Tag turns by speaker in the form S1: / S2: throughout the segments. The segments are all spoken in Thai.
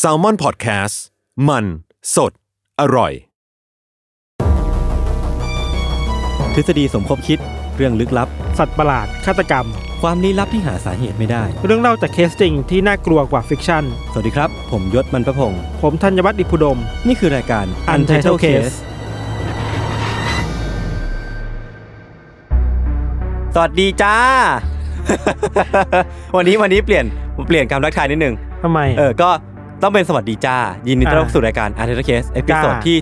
S1: s a l ม o n PODCAST มันสดอร่อย
S2: ทฤษฎีสมคบคิดเรื่องลึกลับ
S3: สัตว์ประหลาด ฆาตกรรม
S2: ความลี้ลับที่หาสาเหตุไม่ได้
S3: เรื่องเล่าจากเคสจริงที่น่ากลัวกว่าฟิกชั่น
S2: สวัสดีครับ ผมยศมันประพงศ์
S3: ผมธัญวัฒน์อิพุดม
S2: นี่คือรายการ Untitled Case สวัสดีจ้า วันนี้วันนี้เปลี่ยนเปลี่ยนคำทักทายนิดนึง
S3: ทำไม
S2: เออ ก็ต้องเป็นสวัสดีจ้า ยินดีต้อนรับ
S3: อ่า
S2: สู่รายการ Untitled Case เอพิโซด
S3: จ้า
S2: ที่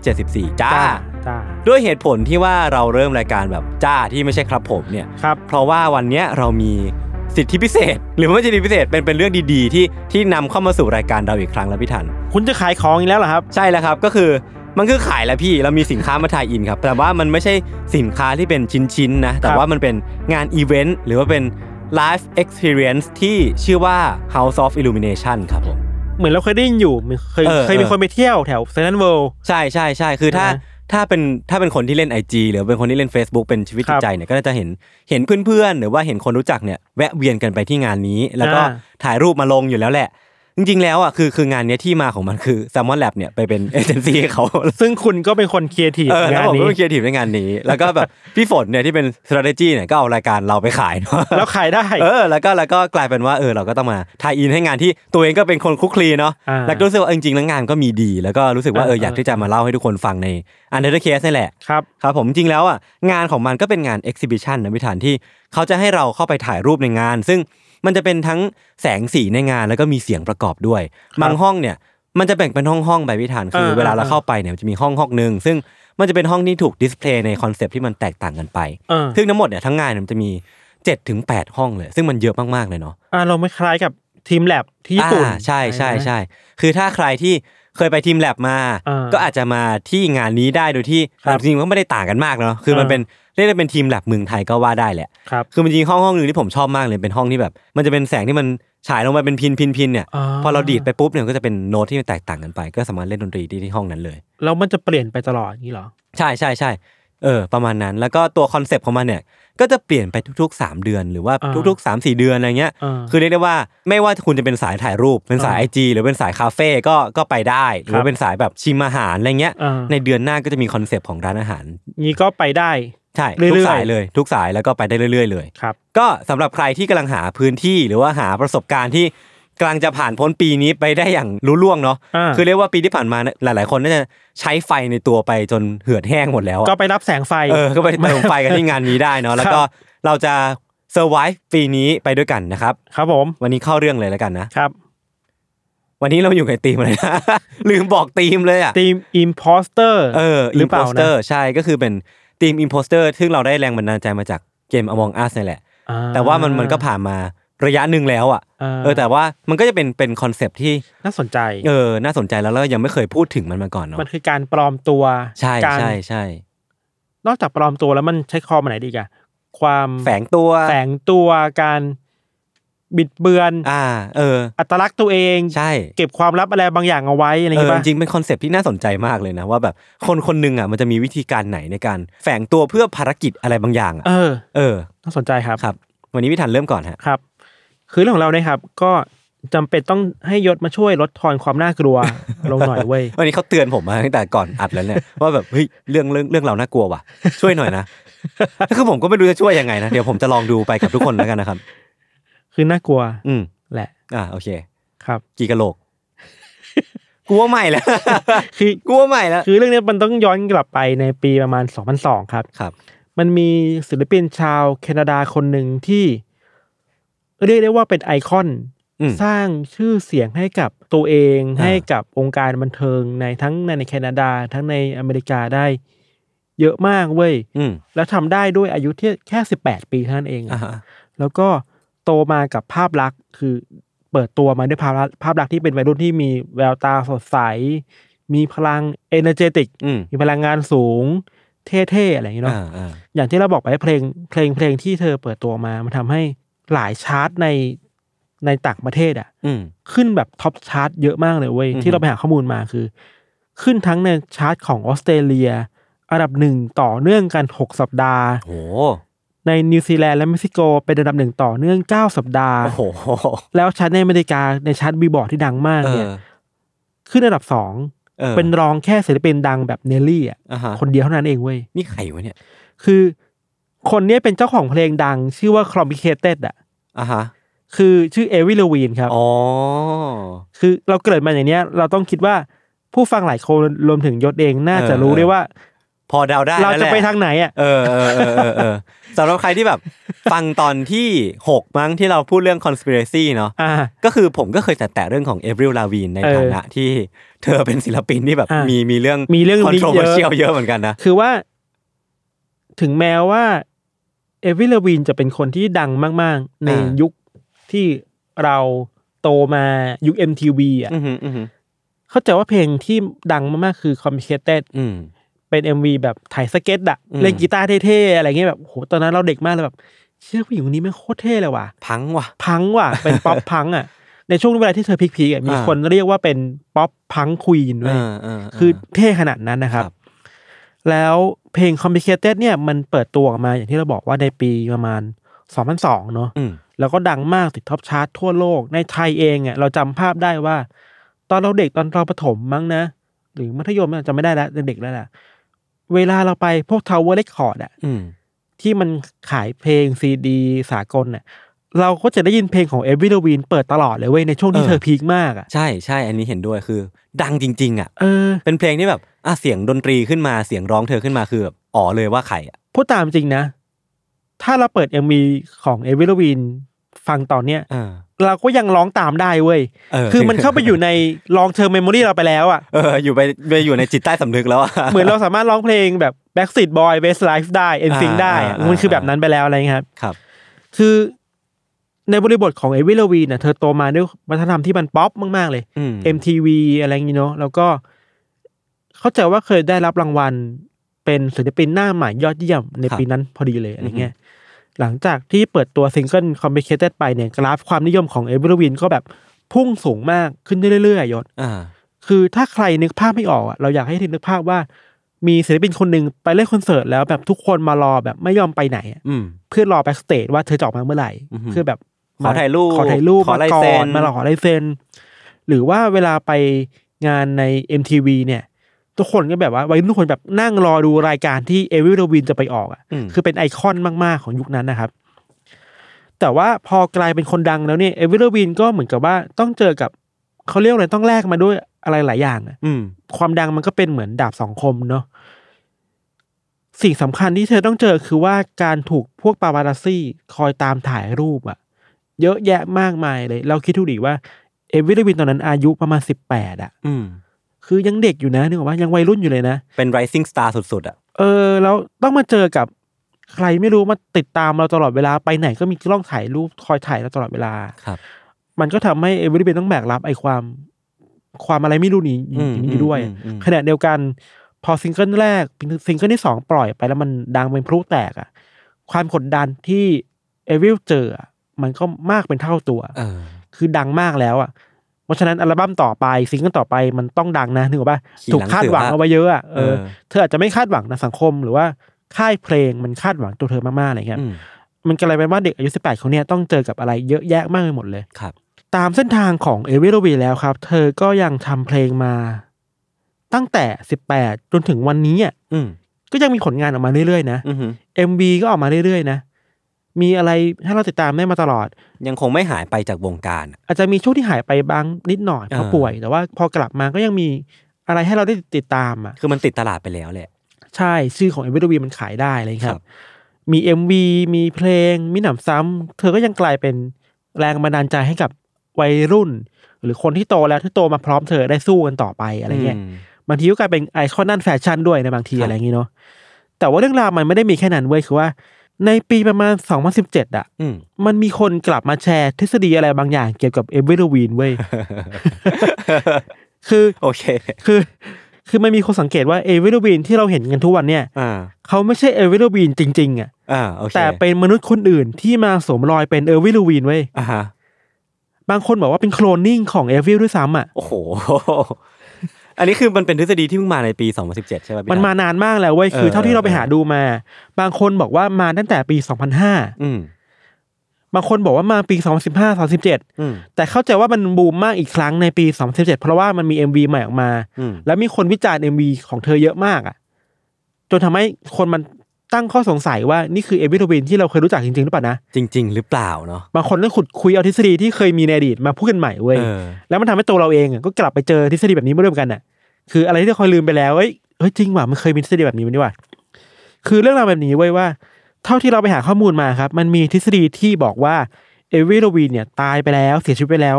S2: 74 จ้า
S3: จ้าจ้า
S2: ด้วยเหตุผลที่ว่าเราเริ่มรายการแบบจ้าที่ไม่ใช่ครับผมเนี่ย
S3: ครับ
S2: เพราะว่าวันเนี้ยเรามีสิทธิพิเศษ หรือไม่ใช่สิทธิพิเศษเป็นเป็นเรื่องดีๆ ที่ที่นำเข้ามาสู่รายการเราอีกครั้งแล้วพี่ทัน
S3: คุณจะขายของอีกแล้วเหรอครับ
S2: ใช่แล้วครับก็คือมันคือขายแล้วพี่เรามีสินค้ามาทายอินครับ แต่ว่ามันไม่ใช่สินค้าที่เป็นชิ้นๆนะ แต่ว่ามันเป็นงานอีเวนต์หรือว่าเป็น Live Experience ที่ชื่อว่า House of Illumination ครับผม
S3: เหมือนเราเคยได้ยินอยู่มีเคย
S2: เออ
S3: เคยมี
S2: เออ
S3: คนไปเที่ยวแถวเซนต์เวิลด์
S2: ใช่ใช่ใช่คือถ้า
S3: อ่าฮะ
S2: ถ้าเป็นถ้าเป็นคนที่เล่น IG หรือเป็นคนที่เล่น Facebook เป็นชีวิตจิต
S3: ครับ
S2: ใจเนี่ยก็น่าจะเห็นเห็นเพื่อนๆ หรือว่าเห็นคนรู้จักเนี่ยแวะเวียนกันไปที่งานนี้ แล้วก็
S3: อ่า
S2: ถ่ายรูปมาลงอยู่แล้วแหละ จริงๆแล้วอ่ะคือคืองานเนี้ยที่มาของมันคือ s ซ l m o n Lab เนี่ยไปเป็น เอเจนซี่เขา
S3: ซึ่งคุณก็เป็นคนครีเอทีฟ
S2: เออแล้ว
S3: งาน
S2: ผม
S3: นี้
S2: ก็เป็นครีเอทีฟในงานนี้ แล้วก็แบบ พี่ฝนเนี่ยที่เป็น strategy เนี่ยก็เอารายการเราไปขายเนาะ
S3: แล้วขายได้
S2: เออแล้วก็แล้วก็กลายเป็นว่าเออเราก็ต้องมาทายอินให้งานที่ตัวเองก็เป็นคนคลุกคลีเนาะ
S3: อ่า
S2: แล้วก็รู้สึกว่าเออจริงๆแล้วงานก็มีดี แล้วก็รู้สึกว่าเออ
S3: เออ
S2: อ
S3: อ
S2: ยากที่จะมาเล่าให้ทุกคนฟังในอันเดอร์เคสนี่แหละ
S3: ครับ
S2: ครับผมจริงๆแล้วอ่ะงานของมันก็เป็นงาน exhibition นะพิธานที่เขาจะให้เราเข้าไปถ่ายรูปในงาน ซึ่งมันจะเป็นทั้งแสงสีในงานแล้วก็มีเสียงประกอบด้วย
S3: ครับ
S2: บางห้องเนี่ยมันจะแบ่งเป็นห้องห้องๆไปพิธานคือ
S3: เออ
S2: เวลาเรา
S3: เออ
S2: เข้าไปเนี่ยมันจะมีห้องห้องหนึ่งซึ่งมันจะเป็นห้องที่ถูกดิสเพลย์ในคอนเซปที่มันแตกต่างกันไป
S3: เออ
S2: ซึ่งทั้งหมดเนี่ยทั้งงานเนี่ยมันจะมี7จ็ถึงแห้องเลย ซึ่งมันเยอะมากๆเลยเนาะ
S3: อ่าเราไม่คล้ายกับทีมแลบที่ญี่ปุ่น
S2: อ่าใช่ใช่ใช่คือถ้าใครที่เคยไปทีมแลบมา
S3: อ่า
S2: ก็อาจจะมาที่งานนี้ได้โดยที่
S3: ครับ
S2: จริงๆมันก็ไม่ได้ต่างกันมากเนาะคือมัน
S3: อ่า
S2: เป็นเรียกได้เป็นทีมแลบเมืองไทยก็ว่าได้แหละ
S3: ครับ
S2: คือมันจริงๆห้องห้องหนึ่งที่ผมชอบมากเลยเป็นห้องที่แบบ มันจะเป็นแสงที่มันฉายลงไปเป็นพินพินพินเนี่ยพอเราดีดไปปุ๊บเนี่ยก็จะเป็นโน้ตที่มันแตกต่างกันไป ก็สามารถเล่นดนตรีที่ที่ห้องนั้นเลย
S3: แล้วมันจะเปลี่ยนไปตลอดอย่างนี้เหรอ
S2: ใช่ใช่ใช่เออประมาณนั้นแล้วก็ตัวคอนเซปต์ของมันเนี่ยก็จะเปลี่ยนไปทุกๆ 3 เดือน หรือว่า
S3: อ่า
S2: ทุกๆ3 4 เดือนอะไรเงี้ย
S3: เออ
S2: คือเรียกได้ว่าไม่ว่าคุณจะเป็นสายถ่ายรูป เป็นสายไอ
S3: อ่า
S2: จีหรือเป็นสายคาเฟ่ก็ก็ไปได้ หรือ
S3: ครั
S2: ว่า
S3: บ
S2: เป็นสายแบบชิมอาหารอะไรเงี้ย
S3: เออ
S2: ในเดือนหน้าก็จะมีคอนเซปต์ของร้านอาหาร
S3: นี้ก็ไปได้
S2: ใช่
S3: เรื่
S2: ทุก
S3: อยๆ
S2: สายเลยทุกสายแล้วก็ไปได้เรื่อยๆเลย
S3: ครับ
S2: ก็สำหรับใครที่กำลังหาพื้นที่หรือว่าหาประสบการณ์ที่กำลังจะผ่านพ้นปีนี้ไปได้อย่างรู้ล่วงเนาะ
S3: อ่า
S2: คือเรียกว่าปีที่ผ่านมาเนี่ยหลาย ๆ คนน่าจะใช้ไฟในตัวไปจนเหือดแห้งหมดแล้วอะ
S3: ก็ไปรับแสงไฟ
S2: เออ ก็ไปเติมไฟกันที่งานนี้ได้เนาะ แล้วก็
S3: ครับ
S2: เราจะเซอร์ไวปีนี้ไปด้วยกันนะครับ
S3: ครับผม
S2: วันนี้เข้าเรื่องเลยแล้วกันนะ
S3: ครับ
S2: วันนี้เราอยู่ในทีมอะไรนะ ลืมบอกทีมเลยอ่ะ
S3: ทีมอิมพอสเตอร์
S2: เออ
S3: หรือเปล่า
S2: Imposter
S3: นะ
S2: ใช่ ก็คือเป็นทีม Imposter ซึ่งเราได้แรงบันดาลใจมาจากเกม Among Us นี่แหละ
S3: อ่า
S2: แต่ว่ามันมันก็ผ่านมาระยะหนึ่งแล้วอ่ะ
S3: า
S2: เออ แต่ว่ามันก็จะเป็นเป็นคอนเซปที่
S3: น่าสนใจ
S2: เออ น่าสนใจแล้วแล้วยังไม่เคยพูดถึงมันมาก่อนเนาะ
S3: มันคือการปลอมตัว
S2: ใช่
S3: การ
S2: ใช่ใช่
S3: นอกจากปลอมตัวแล้วมันใช้คอมอันไหนดีกอะความ
S2: แฝงตัว
S3: แฝงตัวการบิดเบือน
S2: อ่า เออ
S3: อัตลักษณ์ตัวเอง
S2: ใช่
S3: เก็บความลับอะไรบางอย่างเอาไว้อะไรอย่าง
S2: เออ
S3: งี้ป่ะ
S2: จริงๆเป็นคอนเซปต์ที่น่าสนใจมากเลยนะ ว่าแบบคนคนหนึ่งอ่ะมันจะมีวิธีการไหนในการแฝงตัวเพื่อภารกิจอะไรบางอย่างอ่ะ
S3: เออ
S2: เออ
S3: น่าสนใจครับ
S2: ครับ วันนี้พี่ทันเริ่มก่อนฮะ
S3: ครับ คือเรื่องของเราเนี่ยครับ ก็จำเป็นต้องให้ยศมาช่วยลดทอนความน่ากลัว ลงหน่อยเว้ย
S2: วันนี้เขาเตือนผมมาตั้งแต่ก่อนอัดแล้วเนี่ย ว่าแบบเฮ้ยเรื่องเรื่องเรื่องเราน่ากลัวว่ะ ช่วยหน่อยนะ คือผมก็ไม่รู้จะช่วยยังไงนะเดี๋ยวผมจะลองดูไปกับทุกคนแล้วกันนะครับ
S3: คือน่ากลัว
S2: อืม
S3: แหละ
S2: อ่าโอเค
S3: ครับ
S2: กี่กะโหลก กลัวใหม่แล้ว
S3: คือ
S2: กลัวใหม่แล้ว
S3: คือเรื่องเนี้ยมันต้องย้อนกลับไปในปีประมาณ 2002 ครับ
S2: ครับ
S3: มันมีศิลปินชาวแคนาดาคนหนึ่งที่ เรียกได้ว่าเป็นไอคอน
S2: อืม
S3: สร้างชื่อเสียงให้กับตัวเอง
S2: อ่า
S3: ให้กับวงการบันเทิงในทั้งในแคนาดา ทั้งในอเมริกาได้ เยอะมากเว้ย
S2: อืม
S3: แล้วทำได้ด้วยอายุที่แค่ 18 ปีเท่านั้นเอง
S2: อ่า
S3: อะ
S2: ฮะ
S3: แล้วก็โตมากับภาพลักษณ์ คือเปิดตัวมาด้วยภาพลักษณ์ภาพลักษณ์ที่เป็นวัยรุ่นที่มีแววตาสดใส มีพลังเอเนอร์เจติก
S2: อืม
S3: มีพลังงานสูง เท่ๆ อะไรอย่างเงี้ยเนาะ
S2: อ่าอ่า
S3: อย่างที่เราบอกไปเพลงเพลงเพลงที่เธอเปิดตัวมา มันทำให้หลายชาร์ตในในต่างประเทศอ่ะ
S2: อืม
S3: ขึ้นแบบท็อปชาร์ตเยอะมากเลยเว้ย
S2: อือฮึ
S3: ที่เราไปหาข้อมูลมาคือ ขึ้นทั้งในชาร์ตของออสเตรเลีย อันดับหนึ่งต่อเนื่องกัน 6 สัปดาห์
S2: โห
S3: ใน ในนิวซีแลนด์และเม็กซิโกเป็นอันดับหนึ่งต่อเนื่อง 9 สัปดาห์
S2: โอ้โห
S3: แล้วชาร์ตในอเมริกาในชาร์ตบีบอร์ดที่ดังมาก
S2: เอ
S3: เนี่
S2: อย
S3: ขึ้นอันดับสอง
S2: ออ
S3: เป็นรองแค่ศิลปินดังแบบเนลลี่อ่ะ
S2: อ่าฮะ
S3: คนเดียวเท่านั้นเองเว้ย
S2: นี่ไข่วะเนี่ย
S3: คือคนเนี้ยเป็นเจ้าของเพลงดัง ชื่อว่า Complicated อ่ะ
S2: อ่าฮะ
S3: คือชื่อเอวิลวีนครับ
S2: อ๋อ
S3: คือเราเกริดมาอย่างเนี้ย เราต้องคิดว่าผู้ฟังหลายคนรวมถึงยศเองน่าจะรู้ได้ว่า
S2: พอเดาได้
S3: เรา
S2: แล้ว
S3: จะ
S2: แหล
S3: ไปทางไหนอ่ะ
S2: เออเออเออเออเออสำหรับใครที่แบบ ฟังตอนที่ 6 มั้งที่เราพูดเรื่อง conspiracy เนาะ
S3: อ่า
S2: ก็คือผมก็เคยแตะแต่เรื่องของเอ r ริลลาวีนใน
S3: เออ
S2: ฐานะที่เธอเป็นศิลปินที่แบบ
S3: อ่ะ
S2: มีมีเรื่อง
S3: มีเรื่องนี้เยอะ
S2: controversial เยอะเหมือนกันนะ
S3: คือว่าถึงแม้ว่าเอวิลวีนจะเป็นคนที่ดังมาก ๆ ใน
S2: อ่ายุ
S3: ยุคที่เราโตมายุค MTV อ่ะ
S2: อือหืออือหือ
S3: เข้าใจว่าเพลงที่ดังมาก ๆ คือ Complicated
S2: อืม
S3: เป็น MV แบบถ่ายสเก็ตอะ
S2: อืม
S3: เล่นกีตาร์เท่ๆ อะไรเงี้ยแบบโหตอนนั้นเราเด็กมากเลยแบบ เชื่อผู้หญิงคนนี้ไม่งโคตรเท่เลยว่ะ
S2: พังว่ะ
S3: พังว่ะ เป็นป๊อปพังอ่ะ ในช่วงเวลาที่เธอพีคๆอะมี
S2: อ่า
S3: คนเรียกว่าเป็นป๊อปพังควีน
S2: เอ
S3: ด้วย
S2: อเออเ
S3: คือเท่ขนาดนั้นนะครับ
S2: ครับ
S3: แล้วเพลง Complicated เนี่ยมันเปิดตัวออกมาอย่างที่เราบอกว่าในปีประมาณ 2002 เนอะ
S2: อืม
S3: แล้วก็ดังมากติดท็อปชาร์ตทั่วโลก ในไทยเองอ่ะเราจำภาพได้ว่า ตอนเราเด็กตอนเราประถมมั้งนะ หรือมัธยมน่ะจำไม่ได้แล้วเด็กๆแล้วแหละเวลาเราไปพวก Tower Record อ่ะ
S2: อืม
S3: ที่มันขายเพลงซีดี สากลน่ะเราก็จะได้ยินเพลงของเอวิลวีนเปิดตลอดเลยเว้ยในช่วงที่เธอพีคมากอ่ะ
S2: ใช่ใช่อันนี้เห็นด้วยคือ ดังจริง ๆ อ่ะ
S3: เออ
S2: เป็นเพลงที่แบบอ่ะเสียงดนตรีขึ้นมาเสียงร้องเธอขึ้นมาคือแบบอ๋อเลยว่าไข่อ่ะ
S3: พูดตามจริงนะ ถ้าเราเปิด MV ของเอวิลวินฟังตอนเนี้ย
S2: เออ
S3: เราก็ยังร้องตามได้เว้ย
S2: เ
S3: คือมันเข้าไปอยู่ใน long term memory เราไปแล้วอะ่ะ
S2: เอออยู่ไปไปอยู่ในจิตใต้สำนึกแล้วอ่ะ
S3: เหมือนเราสามารถร้องเพลงแบบ Backstreet Boy Westlife ได้ NSYNC ได้
S2: อ่า
S3: อะ
S2: อ่าอ่ามั
S3: มันคือแบบนั้นไปแล้วอะไรเงี้ยครับ
S2: ครับ
S3: คือในบริบทของเอวิลวินน่ะเธอโตมาด้วยวัฒนธรรมที่มันป๊อปมาก ๆ เลย
S2: อืม
S3: MTV อะไรอย่างงี้เนาะแล้วก็ เข้าใจว่าเคยได้รับรางวัลเป็นศิลปินหน้าใหม่ยอดเยี่ยมใน
S2: ครับ
S3: ปีนั้นพอดีเลยอะไรเงี้ยหลังจากที่เปิดตัวซิงเกิลคอมเพลเคเตไปเนี่ยกราฟความนิยมของเอเวอร์วินก็แบบพุ่งสูงมากขึ้นเรื่อยๆยศ
S2: อ่า
S3: คือถ้าใครนึกภาพไม่ออกอะเราอยากให้นึกภาพว่า มีศิลปินคนหนึ่งไปเล่นคอนเสิร์ตแล้วแบบทุกคนมารอแบบไม่ยอมไปไหนอะ
S2: อืม
S3: เพื่อรอแบ็กสเตจว่าเธอจะออกมาเมื่อไหร่
S2: อือหือ
S3: เพื่อแบบม
S2: ขอถ่ายรูป
S3: ขอถ่ายรูป
S2: ขอ
S3: มา
S2: ลาย
S3: ก่อ
S2: เซ็น
S3: นมาขอลายเซ็นหรือว่าเวลาไปงานใน MTV เนี่ย ทุกคนก็แบบว่าวัยรุ่นทุกคนแบบนั่งรอดูรายการที่เอวิลวินจะไปออกอะ
S2: อืม
S3: คือเป็นไอคอนมาก ๆ ของยุคนั้นนะครับ แต่ว่าพอกลายเป็นคนดังแล้วเนี่ยเอวิลวินก็เหมือนกับว่าต้องเจอกับเขาเรียกอะไรต้องแลกมาด้วยอะไรหลายอย่างอะ
S2: อืม
S3: ความดังมันก็เป็นเหมือนดาบสองคมเนาะสิ่งสำคัญที่เธอต้องเจอคือว่าการถูกพวกปาปารัสซี่คอยตามถ่ายรูปอะเยอะแยะมากมายเลย เราคิดดูดิว่าเอวิลวินตอนนั้นอายุประมาณสิบแปดอะ
S2: อืม
S3: คือยังเด็กอยู่นะนึกออกว่ายังวัยรุ่นอยู่เลยนะ
S2: เป็น rising star สุดๆ อ่ะ
S3: เออแล้วต้องมาเจอกับใครไม่รู้มาติดตามเราตลอดเวลาไปไหนก็มีกล้องถ่ายรูปคอยถ่ายเราตลอดเวลา
S2: ครับ
S3: มันก็ทำให้เอวิลวินต้องแบกรับไอ้ความ ความอะไรไม่รู้นี้อยู่
S2: อืม
S3: อยู่ด้วย
S2: อืมอืม
S3: ขณะเดียวกัน พอซิงเกิลแรกซิงเกิลที่สองปล่อยไปแล้วมันดังเป็นพลุแตกอะความกดดันที่เอวิลเจออะมันก็มากเป็นเท่าตัว
S2: เออ
S3: คือดังมากแล้วอะเพราะฉะนั้นอัลบั้มต่อไปซิงเกิลต่อไปมันต้องดังนะนึกออกป่ะ
S2: ขี่หลัง
S3: ถูกคาดหวัง
S2: เสือ
S3: เอาไว้เยอะอะเออ
S2: เออ
S3: เธออาจจะไม่คาดหวังนะสังคมหรือว่าค่ายเพลงมันคาดหวังตัวเธอมากๆอะไรเงี้ย
S2: อืม
S3: มันกลายเป็นว่าเด็กอายุ 18เขาเนี่ยต้องเจอกับอะไรเยอะแยะมากไปหมดเลย
S2: ครับ
S3: ตามเส้นทางของเอวิโรวีแล้วครับ เธอก็ยังทำเพลงมา ตั้งแต่ 18 จนถึงวันนี้อ่ะ
S2: อืม
S3: ก็ยังมีผลงานออกมาเรื่อยๆนะ
S2: อืม
S3: MV ก็ออกมาเรื่อยๆนะ มีอะไรให้เราติดตามได้มาตลอด
S2: ยังคงไม่หายไปจากวงการอะ
S3: อาจจะมีช่วงที่หายไปบ้างนิดหน่อยเพราะ
S2: อ่า
S3: ป่วย แต่ว่าพอกลับมาก็ยังมีอะไรให้เราได้ติดตามอ่ะ
S2: คือมันติดตลาดไปแล้วแหละ
S3: ใช่ชื่อของเอ i วิ v วีมันขายได้เลยค
S2: ครั
S3: รับ
S2: บ
S3: มี MV มีเพลง มีหนำซ้ำ เธอก็ยังกลายเป็นแรงบันดาลใจให้กับวัยรุ่น หรือคนที่โตแล้วที่โตมาพร้อมเธอได้สู้กันต่อไปอะไรเงี้ย
S2: ม
S3: บางทีก็กลายเป็นไอคอนด้านแฟชั่นด้วยในบางที
S2: ครับ
S3: อะไรอย่างงี้เนาะแต่ว่าเรื่องราวมันไม่ได้มีแค่นั้นเว้ยคือว่า ในปีประมาณ 2017อะ
S2: อืม
S3: มันมีคนกลับมาแชร์ทฤษฎีอะไรบางอย่างเกี่ยวกับเอเวอร์วีนเว้ย คือ
S2: โอเค
S3: คือคือมันมีคนสังเกตว่าเอเวอร์วีนที่เราเห็นกันทุกวันเนี่ย
S2: อ่า
S3: เขาไม่ใช่เอลวิลวีนจริงๆอ่ะ
S2: อ่า โอเค
S3: แต่เป็นมนุษย์คนอื่นที่มาสวมรอยเป็นเอลวิลวีนเว้ย
S2: อ่าฮะ
S3: บางคนบอกว่าเป็นโคลนนิ่งของเอลวิลด้วยซ้ำอ่ะ
S2: โอ้โห อันนี้คือมันเป็นทฤษฎีที่เพิ่งมาในปี 2017 ใช่ไหมพี่
S3: มันมา
S2: ด
S3: นานมากแล้วเว้ย
S2: เออ
S3: คือเท่าที่เราไป
S2: เออ
S3: หาดูมา บางคนบอกว่ามาตั้งแต่ปี 2005
S2: อืม
S3: บางคนบอกว่ามาปี 2015 2017
S2: อืม
S3: แต่เข้าใจว่ามันบูมมากอีกครั้งในปี 2017 เพราะว่ามันมี MV ใหม่ออกมา
S2: อืม
S3: แล้วมีคนวิจารณ์ MV ของเธอเยอะมากอ่ะ จนทำให้คนมันตั้งข้อสงสัยว่านี่คือเอวิโรบินที่เราเคยรู้จักจริงๆหรือเปล่านะ
S2: จริง ๆ หรือเปล่าเนาะ
S3: บางคนก็ขุดคุยเอาทฤษฎีที่เคยมีในอดีตมาพูดกันใหม่เว้ย
S2: เออ
S3: แล้วมันทำให้ตัวเราเองอะก็กลับไปเจอทฤษฎีแบบนี้มาด้วยเหมือนกันน่ะ คืออะไรที่เราเคยลืมไปแล้วเอ้ยเฮ้ยจริงว่ะมันเคยมีทฤษฎีแบบนี้มันด้วยว่ะคือเรื่องราวแบบนี้เว้ยว่า เท่าที่เราไปหาข้อมูลมาครับ มันมีทฤษฎีที่บอกว่าเอวิโรวีเนี่ยตายไปแล้วเสียชีวิตไปแล้ว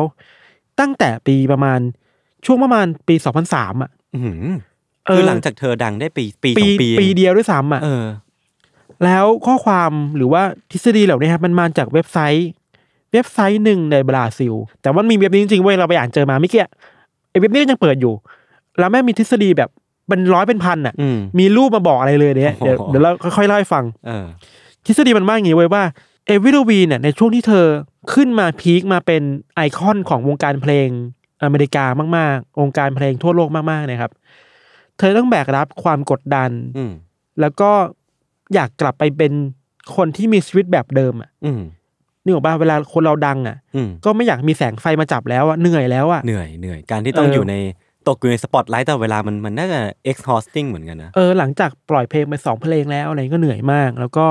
S3: ตั้งแต่ปีประมาณช่วงประมาณปี 2003อ่ะ
S2: อื้อหือ
S3: เอ
S2: คือ
S3: อ
S2: หลังจากเธอดังได้ปีปีส
S3: ปี
S2: องปี
S3: ปีเดียวด้วยซ้ำอ่ะ
S2: เออ
S3: แล้วข้อความหรือว่าทฤษฎีเหล่านี้ครับมันมาจากเว็บไซต์ เว็บไซต์หนึ่งในบราซิล แต่ว่ามันมีเว็บนี้จริงๆเว้ยเราไปอ่านเจอมาไม่เกี้ยไอ้เว็บนี้ก็ยังเปิดอยู่ แล้วแม่งมีทฤษฎีแบบเป็นร้อยเป็นพันอ่ะ
S2: อืม
S3: มีรูปมาบอกอะไรเลยเนี่ยเดี๋ยว
S2: โอ้โห
S3: เดี๋ยวเราค่อยๆเล่าให้ฟัง
S2: เออ
S3: ทฤษฎีมันว่าอย่างนี้เว้ยว่าเอวิโรวีเนี่ยในช่วงที่เธอขึ้นมาพีคมาเป็นไอคอนของวงการเพลงอเมริกามากๆวงการเพลงทั่วโลกมากๆเนะครับ เธอต้องแบกรับความกดดัน
S2: อืม
S3: แล้วก็อยากกลับไปเป็นคนที่มีชีวิตแบบเดิมอ่ะ
S2: อืม
S3: นึกออกป่ะเวลาคนเราดังอ่ะ
S2: อืม
S3: ก็ไม่อยากมีแสงไฟมาจับแล้วอ่ะเหนื่อยแล้วอ่ะ
S2: เหนื่อยเหนื่อยการที่ต้อง
S3: เออ
S2: อ
S3: อ
S2: ยู่ในตกอยู่ในสปอตไลท์แต่เวลามันมันน่าจะ exhausting เหมือนกันนะ
S3: เออหลังจากปล่อยเพลงไปสองเพลงแล้วอะไรก็เหนื่อยมาก แล้วก็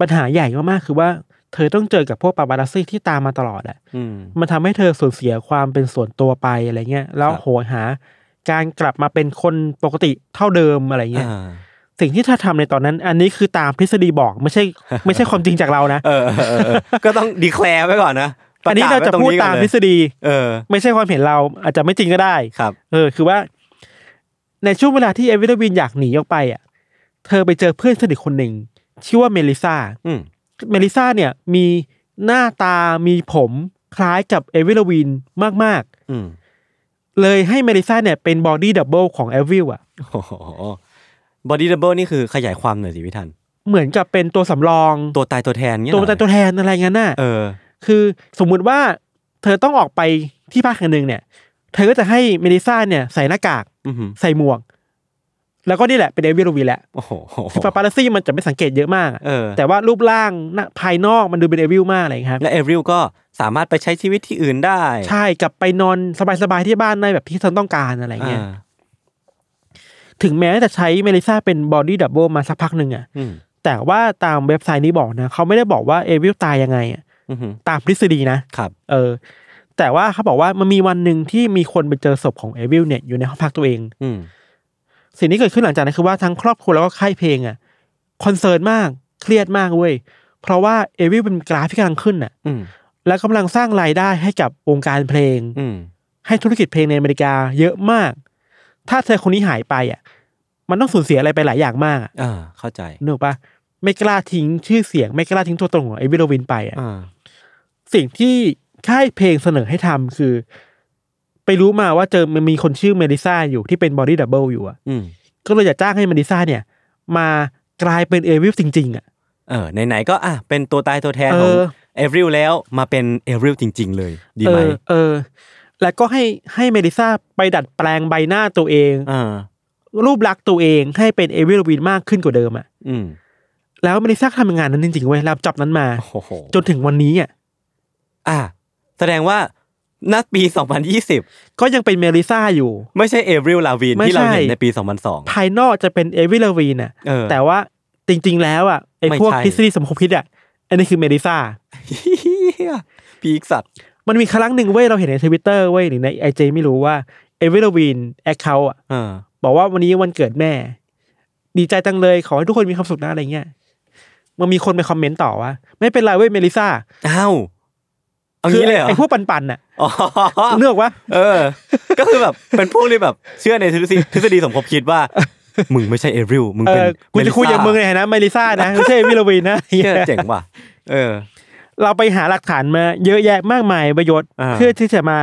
S3: ปัญหาใหญ่มากๆคือว่าเธอต้องเจอกับพวกปาบารัสซี่ที่ตามมาตลอดอ่ะ
S2: อืม
S3: มันทำให้เธอสูญเสียความเป็นส่วนตัวไปอะไรเงี้ยแล้ว
S2: ครับ
S3: โหยหา การกลับมาเป็นคนปกติเท่าเดิมอะไรเงี้ย
S2: อ่า
S3: สิ่งที่เธอทำในตอนนั้น อันนี้คือตามทฤษฎีบอกไม่ใช่ ไม่ใช่ความจริงจากเรานะ
S2: เออเออเออเออ ก็ต้องดีแคลร์ไว้ก่อนนะป
S3: อันนี้
S2: กศ
S3: เราจะ
S2: ไว้ง
S3: พูด
S2: ก่
S3: ตาม
S2: อนเลย
S3: ทฤษฎี
S2: เออ
S3: ไม่ใช่ความเห็นเราอาจจะไม่จริงก็ได้
S2: ครับ
S3: เออ คือว่า ในช่วงเวลาที่เอวิทวินอยากหนีออกไปอ่ะ เธอไปเจอเพื่อนสนิทคนหนึ่ง ชื่อว่าเมลิซา
S2: อืม
S3: เมลิซาเนี่ยมีหน้าตามีผมคล้ายกับเอวิลวินมาก
S2: อืม
S3: ๆ เลยให้เมลิซาเนี่ยเป็นบอดี้ดับเบิลของเอวิลอ่ะ
S2: โอ้โหบอดี้ดับเบิลนี่คือขยายความหน่อยสิพี่ทัน
S3: เหมือนกับเป็นตัวสำรอง
S2: ตัวตายตัวแทนเงี้ย
S3: ตัว
S2: เหรอ
S3: แต่ตัวแทนอะไรเงี้ยน่ะ
S2: เออ
S3: คือสมมุติว่าเธอต้องออกไปที่พักแห่งหนึ่งเนี่ย เธอก็จะให้เมลิซาเนี่ยใส่หน้ากาก
S2: อือหือ
S3: ใส่หมวก แล้วก็นี่แหละเป็นเอวิลวีแหละ
S2: โอ้โห
S3: ปาปารัสซี่มันจะไม่สังเกตเยอะมากอะ
S2: เออ
S3: แต่ว่ารูปร่างหน้าภายนอกมันดูเป็นเอวิลมากอะไรอย่างเงี้ยครับ
S2: และเอริลก็สามารถไปใช้ชีวิตที่อื่นได้
S3: ใช่กลับไปนอนสบายๆที่บ้านในแบบที่เธอต้องการอะไรเงี้ย
S2: อ่า
S3: ถึงแม้จะใช้เมลิซาเป็นบอดี้ดับเบิลมาสักพักหนึ่งอะ
S2: อืม
S3: แต่ว่าตามเว็บไซต์นี้บอกนะเขาไม่ได้บอกว่าเอวิลตายยังไงอะ
S2: อือหือ
S3: ตามทฤษฎีนะ
S2: ครับ
S3: เออ แต่ว่าเขาบอกว่ามันมีวันหนึ่งที่มีคนไปเจอศพของเอวิลเนี่ยอยู่ในห้องพักตัวเอง
S2: อืม
S3: สิ่งที่เกิดขึ้นหลังจากนั้นคือว่าทั้งครอบครัวแล้วก็ค่ายเพลงอะคอนเซิร์นมากเครียดมากเว้ย เพราะว่าเอวิลเป็นกราฟที่กำลังขึ้นน่ะ
S2: อืม
S3: และกำลังสร้างรายได้ให้กับวงการเพลง
S2: อืม
S3: ให้ธุรกิจเพลงในอเมริกาเยอะมาก ถ้าเธอคนนี้หายไปอ่ะ มันต้องสูญเสียอะไรไปหลายอย่างมากอะ
S2: อ่าเข้าใจ
S3: นึกออกปะไม่กล้าทิ้งชื่อเสียง ไม่กล้าทิ้งตัวตนของเอวิลโรวินไปอ่ะ
S2: อ่า
S3: สิ่งที่ค่ายเพลงเสนอให้ทำคือ ไปรู้มาว่าเจอมันมีคนชื่อเมลิซาอยู่ที่เป็นบอดี้ดับเบิลอยู่อ่ะ
S2: อืม
S3: ก็เลยอยากจ้างให้มาริซ่าเนี่ย มากลายเป็นเอวิลจริงๆอ่ะ
S2: เออไหนๆก็อ่ะเป็นตัวตายตัวแทน
S3: เออ
S2: ของเอริลแล้วมาเป็นเอริลจริง ๆ เลยดี
S3: เอ
S2: ไหม
S3: อเออ แล้วก็ให้ให้เมริซ่าไปดัดแปลงใบหน้าตัวเอง
S2: อ่า
S3: รูปลักษณ์ตัวเองให้เป็นเอวิลวินมากขึ้นกว่าเดิมอ่ะ
S2: อืม
S3: แล้วเมริซ่าทำงานนั้นจริงๆเว้ยรับจับนั้นมา
S2: โอ้โห
S3: จนถึงวันนี้อ่ะ
S2: อ่ะแสดงว่าณปี 2020
S3: ก็ยังเป็นเมริซ่าอยู่
S2: ไม่ใช่เอริลลาวิน
S3: ไม่
S2: ที่เรา
S3: ใช่
S2: เห็นในปี 2002
S3: ภายนอกจะเป็นเอวิลวินอ่ะ
S2: เออ
S3: แต่ว่าจริงๆแล้วอ่ะไอ้
S2: ไม่
S3: พวก
S2: ใช่
S3: ทฤษฎีสมคบคิดอ่ะอันนี้คือเมริซ่า
S2: เหี้ยพีคสัตว์
S3: มันมีครั้งหนึ่งเว้ยเราเห็นในทวิตเตอร์เว้ยหรือในไอจไม่รู้ว่าเอวิลวินแอคเคาอ่ะ
S2: เออ
S3: บอกว่าวันนี้วันเกิดแม่ ดีใจจังเลยขอให้ทุกคนมีความสุขนะอะไรเงี้ยมันมีคนไปคอมเมนต์ต่อว่าไม่เป็นไรเว้ยเมลิซ่า
S2: อ้าวเอางี้เลยเหรอ
S3: ไอ้พวกปันปันๆน่ะ
S2: อ๋อ
S3: เลือกว่า
S2: เออ ก็คือแบบเป็นพวกที่แบบเชื่อในทฤษฎีทฤษฎีสมคบคิดว่า มึงไม่ใช่เอริลมึง
S3: เอ
S2: เป็น
S3: อกูจะคุย
S2: เมลิซ่า
S3: กับมึงเลยนะเมลิซ่านะไม่ใช่วิลวินนะ
S2: เชี่ยเจ๋งว่ะ เออ
S3: เราไปหาหลักฐานมาเยอะแยะมากมายประโยชน์
S2: อ่า
S3: เพื่อที่จะมา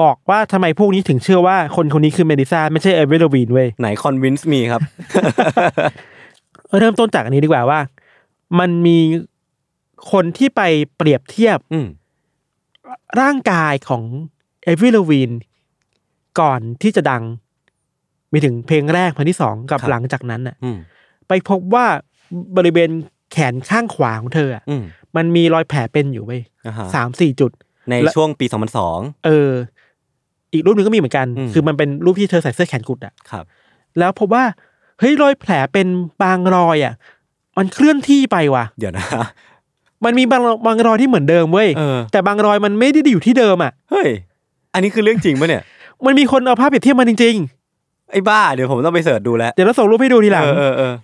S3: บอกว่าทำไมพวกนี้ถึงเชื่อว่าคนคนนี้คือเมลิซ่าไม่ใช่เอวิลวินเว้ย
S2: ไหนคอนวินส์มีครับ
S3: เริ่มต้นจากอันนี้ดีกว่าว่า มันมีคนที่ไปเปรียบเทียบ
S2: อืม
S3: ร่างกายของเอวิลวิน ก่อนที่จะดังมีถึงเพลงแรกเพลงที่สองกับ
S2: ครับ
S3: หลังจากนั้นน่ะ
S2: อืม
S3: ไปพบว่าบริเวณแขนข้างขวาของเธออะ
S2: อืม
S3: มันมีรอยแผลเป็นอยู่เว้ย
S2: อ่าฮะ
S3: สามสี่จุด
S2: ใน
S3: และ
S2: ช่วงปี 2002
S3: เออ อีกรูปหนึ่งก็มีเหมือนกัน
S2: อืม
S3: คือมันเป็นรูปที่เธอใส่เสื้อแขนกุดอะ
S2: ครับ
S3: แล้วพบว่าเฮ้ยรอยแผลเป็นบางรอยอะมันเคลื่อนที่ไปว่ะ
S2: เดี๋ยวนะ
S3: มันมีบางบางรอยที่เหมือนเดิมเว้ย
S2: เออ
S3: แต่บางรอยมันไม่ได้อยู่ที่เดิมอะ
S2: เฮ้ย อันนี้คือเรื่องจริงปะเนี่ย
S3: มันมีคนเอาภาพเปรียบเทียบมันจริง
S2: ไอ้บ้า เดี๋ยวผมต้องไปเสิร์ชดูแล้ว
S3: ๆเดี๋ยวเราส่งรูปให้ดูทีหลัง
S2: เออเออเออ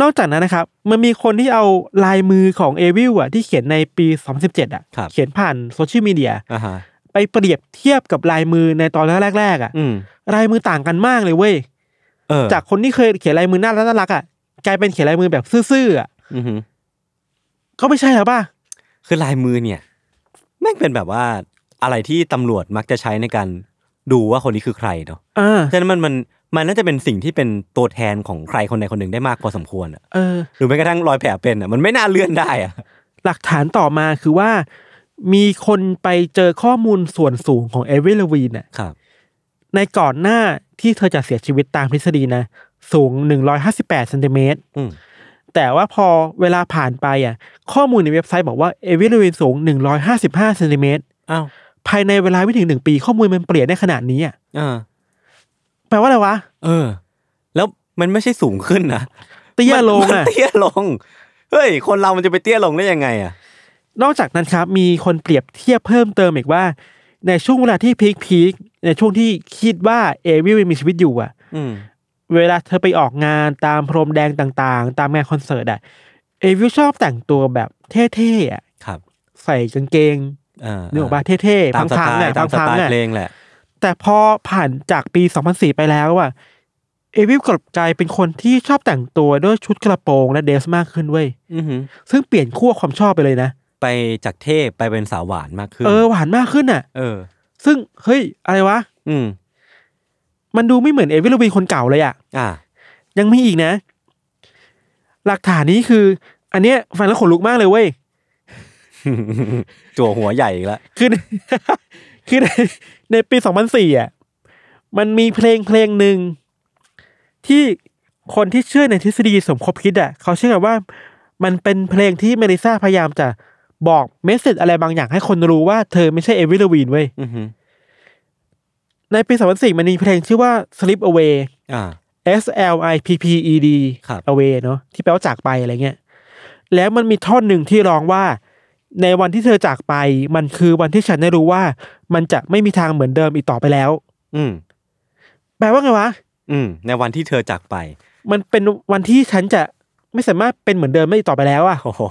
S2: น
S3: อกจากนั้นนะครับ มันมีคนที่เอาลายมือของเอวิลอะที่เขียนในปี 2017อะ
S2: ครับ
S3: เขียนผ่านโซเชียลมีเดีย
S2: อ่าฮะ
S3: ไปเปรียบเทียบกับลายมือในตอนแรกๆอะ
S2: อืม
S3: ลายมือต่างกันมากเลยเว้ย
S2: เออ
S3: จากคนที่เคยเขียนลายมือน่ารักน่ารักๆอะกลายเป็นเขียนลายมือแบบซื่อๆอะ
S2: อือหือ
S3: ก็ไม่ใช่หรอป่ะ
S2: คือลายมือเนี่ยแม่งเป็นแบบว่าอะไรที่ตำรวจมักจะใช้ในการดูว่าคนนี้คือใครเนาะ
S3: อ่า
S2: ฉะนั้นมันมันมันน่าจะเป็นสิ่งที่เป็นตัวแทนของใครคนใดคนหนึ่งได้มากพอสมควรอะ
S3: เออ
S2: หรือแม้กระทั่งรอยแผลเป็นอะมันไม่น่าเลื่อนได้อะ
S3: หลักฐานต่อมาคือว่า มีคนไปเจอข้อมูลส่วนสูงของเอวิลวีนอะ
S2: ครับ
S3: ในก่อนหน้าที่เธอจะเสียชีวิตตามทฤษฎีนะ สูง 158เซนติเมตร
S2: อืม
S3: แต่ว่าพอเวลาผ่านไปอ่ะข้อมูลในเว็บไซต์บอกว่าเอวิลวินสูง 155เซนติเมตร
S2: อ้าว
S3: ภายในเวลาไม่ถึงหนึ่งปีข้อมูลมันเปลี่ยนได้ขนาดนี้อ่ะ
S2: อ่า
S3: แปลว่าอะไรวะ
S2: เออ แล้วมันไม่ใช่สูงขึ้นนะ
S3: เตี้ยลง
S2: มัน
S3: อ่ะ
S2: เตี้ยลงเฮ้ย คนเรามันจะไปเตี้ยลงได้ยังไงอะ
S3: นอกจากนั้นครับมีคนเปรียบเทียบเพิ่มเติมอีกว่า ในช่วงเวลาที่พีคพีคๆในช่วงที่คิดว่าเอวิลวินมีชีวิตอยู่อ่ะ
S2: อืม
S3: เวลาเธอไปออกงานตามพรมแดงต่างๆ ตามงานคอนเสิร์ตอ่ะเอวิลชอบแต่งตัวแบบเท่ๆอ่ะ
S2: ครับ
S3: ใส่กางเกง
S2: อ่า
S3: นึกออกปะเท่ๆ
S2: ตามส
S3: พั
S2: ไต
S3: งๆ
S2: ล์
S3: อ่ะ
S2: ตามส
S3: พั
S2: ไต
S3: ง
S2: ล์
S3: ๆอ่ะ
S2: เพลงแหละ
S3: แต่พอผ่านจากปี 2004 ไปแล้วอะเอวิลกลับกลายเป็นคนที่ชอบแต่งตัวด้วยชุดกระโปรงและเดรสมากขึ้นเว้ย
S2: อือหือ
S3: ซึ่งเปลี่ยนขั้วความชอบไปเลยนะ
S2: ไปจากเทพไปเป็นสาวหวานมากขึ้น
S3: เออหวานมากขึ้นอะ
S2: เออ
S3: ซึ่งเฮ้ย อะไรวะ
S2: อืม
S3: มันดูไม่เหมือนเอวิลลวีนคนเก่าเลยอะ
S2: อ่า
S3: ยังมีอีกนะ หลักฐานนี้คือ อันเนี้ยฟังแล้วขนลุกมากเลยเว้ย
S2: จั่วหัวใหญ่อีกแล้ว
S3: คือ คือในในปี 2004อ่ะมันมีเพลงเพลงหนึ่งที่คนที่เชื่อในทฤษฎีสมคบคิดอ่ะเขาเชื่อกันว่ามันเป็นเพลงที่เมลิซาพยายามจะบอกเมสเซจอะไรบางอย่างให้คนรู้ว่าเธอไม่ใช่เอวิลวีนเว้ย
S2: อือหือ
S3: ในปี 2004 มันมีเพลงชื่อว่า Slip Away
S2: อ่า
S3: S L I P P E D
S2: ครับ
S3: away เนาะที่แปลว่าจากไปอะไรเงี้ย แล้วมันมีท่อนหนึ่งที่ร้องว่า ในวันที่เธอจากไป มันคือวันที่ฉันได้รู้ว่า มันจะไม่มีทางเหมือนเดิมอีกต่อไปแล้ว
S2: อืม
S3: แปลว่าไงวะ
S2: อืม ในวันที่เธอจาก ไป
S3: มันเป็นวันที่ฉันจะไม่สามารถเป็นเหมือนเดิมได้อีกต่อไปแล้วอะ
S2: โอ้โห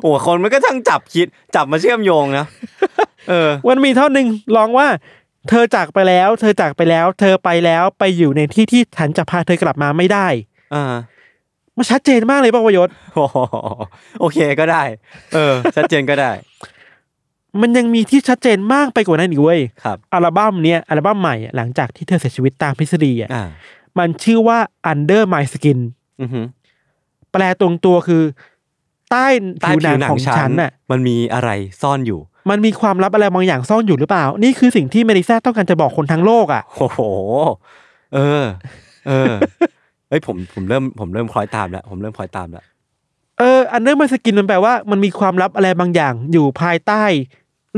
S2: โอ้โหคนมันก็ทั้งจับคิด จับมาเชื่อมโยง นะ เออ
S3: มันมีท่อนหนึ่งร้องว่า เธอจากไปแล้ว เธอจากไปแล้ว เธอไปแล้วไปอยู่ในที่ที่ฉันจะพาเธอกลับมาไม่ได้
S2: อ่า
S3: มันชัดเจนมากเลยป่าวะยศ
S2: โอ้โห โอเคก็ได้ เออ ชัดเจนก็ได้
S3: มันยังมีที่ชัดเจนมากไปกว่านั้นอีกเว้ย
S2: ครับ
S3: อัลบั้มเนี้ยอัลบั้มใหม่อะหลังจากที่เธอเสียชีวิตตามทฤษฎีอ่ะ
S2: อ่า
S3: มันชื่อว่า Under My Skin
S2: อือหือ
S3: แปลตรงตัวคือ ใต้
S2: ใต้
S3: ผิวห
S2: ผิ
S3: นั
S2: ว
S3: ง
S2: หนั
S3: ของ ง
S2: ฉั
S3: ฉั
S2: น
S3: นน่ะ
S2: มันมีอะไรซ่อนอยู่
S3: มันมีความลับอะไรบางอย่างซ่อนอยู่หรือเปล่า นี่คือสิ่งที่เมดิซ่าต้องการจะบอกคนทั้งโลกอ่ะ
S2: โอ้โห เออ เออ เฮ้ยผมผมเริ่มผมเริ่มคล้อยตามแล้ว ผมเริ่มคล้อยตามแล้ว
S3: เออ Under My Skin มันแปลว่ามันมีความลับอะไรบางอย่าง อยู่ภายใต้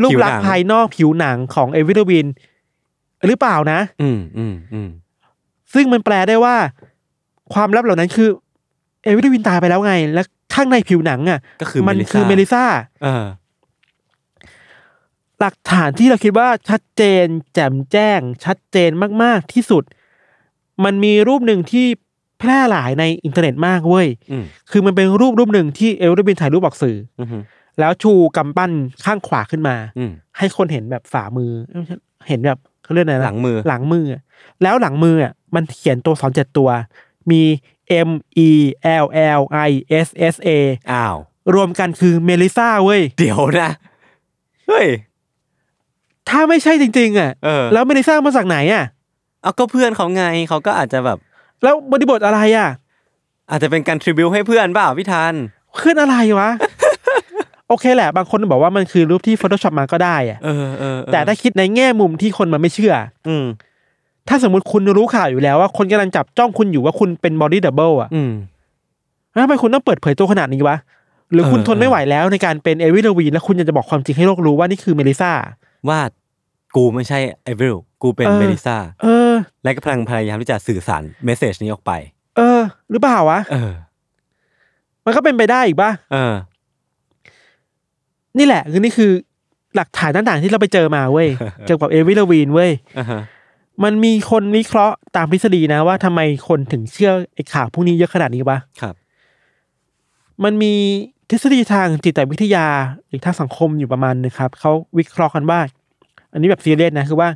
S3: รูปลักษ
S2: ผิวหนั
S3: ณ์
S2: ง
S3: ภายนอกผิวหนังของเอวิลวินหรือเปล่านะ
S2: อืม อืม อืม
S3: ซึ่งมันแปลได้ว่า ความลับเหล่านั้นคือเอวิลวินตายไปแล้วไง และข้างในผิวหนังอ่ะ
S2: ก็คือ
S3: มัน
S2: เมลิ
S3: คือ
S2: ซ่า
S3: เมลิซ่า
S2: เออ
S3: หลักฐานที่เราคิดว่าชัดเจน แจ่มแจ้ง ชัดเจนมาก ๆ ที่สุด มันมีรูปหนึ่งที่แพร่หลายในอินเทอร์เน็ตมากเว้ย
S2: อืม
S3: คือมันเป็นรูปรูปหนึ่งที่เอลริบินถ่ายรูปออกสื่อ
S2: อือหือ
S3: แล้วชูกำปั้นข้างขวาขึ้นมา
S2: อืม
S3: ให้คนเห็นแบบฝ่ามือเอ้ยไม่ใช่เห็นแบบเขาเรียกอะไรนะ
S2: หลังมือ
S3: หลังมือ แล้วหลังมืออ่ะมันเขียนตัวสอนเจ็ดตัว มี M E L L I S S A
S2: อ้าว
S3: รวมกันคือเมลิซ่าเว้ย
S2: เดี๋ยวนะ เฮ้ย
S3: ถ้าไม่ใช่จริง ๆ อ่ะ
S2: เออ
S3: แล้วเมลิซ่ามาจากไหนอ่ะ
S2: เอาก็เพื่อนเขาไง เขาก็อาจจะแบบ
S3: แล้วบริบทอะไรอ่ะ
S2: อาจจะเป็นการทริบิวให้เพื่อนเปล่าพี่ทัน
S3: ขึ้นอะไร วะ โอเคแหละ บางคนบอกว่ามันคือรูปที่ Photoshop มาก็ได้อ่ะ
S2: เออเออเออ
S3: แต่ถ้าคิดในแง่มุมที่คนมันไม่เชื่อ
S2: อืม
S3: ถ้าสมมติคุณรู้ข่าวอยู่แล้วว่าคนกำลังจับจ้องคุณอยู่ว่าคุณเป็นบอดี้ดับเบิลอ่ะ
S2: อืม
S3: แล้วทำไมคุณต้องเปิดเผยตัวขนาดนี้วะ หรือคุณ
S2: เออ
S3: ทนไม่ไหวแล้วในการเป็นเอวิลวีนแล้วคุณอยากจะบอกความจริงให้โลกรู้ว่านี่คือเมลิซา
S2: ว่ากูไม่ใช่ไอวิลกูเป็น
S3: เออ
S2: เมลิซา
S3: เออ
S2: และกำลังพยายามที่จะสื่อสารเมสเซจนี้ออกไป
S3: เออ หรือเปล่าวะ
S2: เออ
S3: มันก็เป็นไปได้อีกป่ะ
S2: เออ
S3: นี่แหละคือนี่คือหลักฐานต่างๆที่เราไปเจอมาเว้ย เกี่ยวกับเอวิลวีนเว้ย
S2: อ่าฮะ
S3: มันมีคนวิเคราะห์ตามทฤษฎีนะว่าทำไมคนถึงเชื่อไอ้ข่าวพวกนี้เยอะขนาดนี้วะ
S2: ครับ
S3: มันมีทฤษฎีทางจิตวิทยาหรือทางสังคมอยู่ประมาณนึงครับเขาวิเคราะห์กันว่า อันนี้แบบซีเรียสนะคือว่า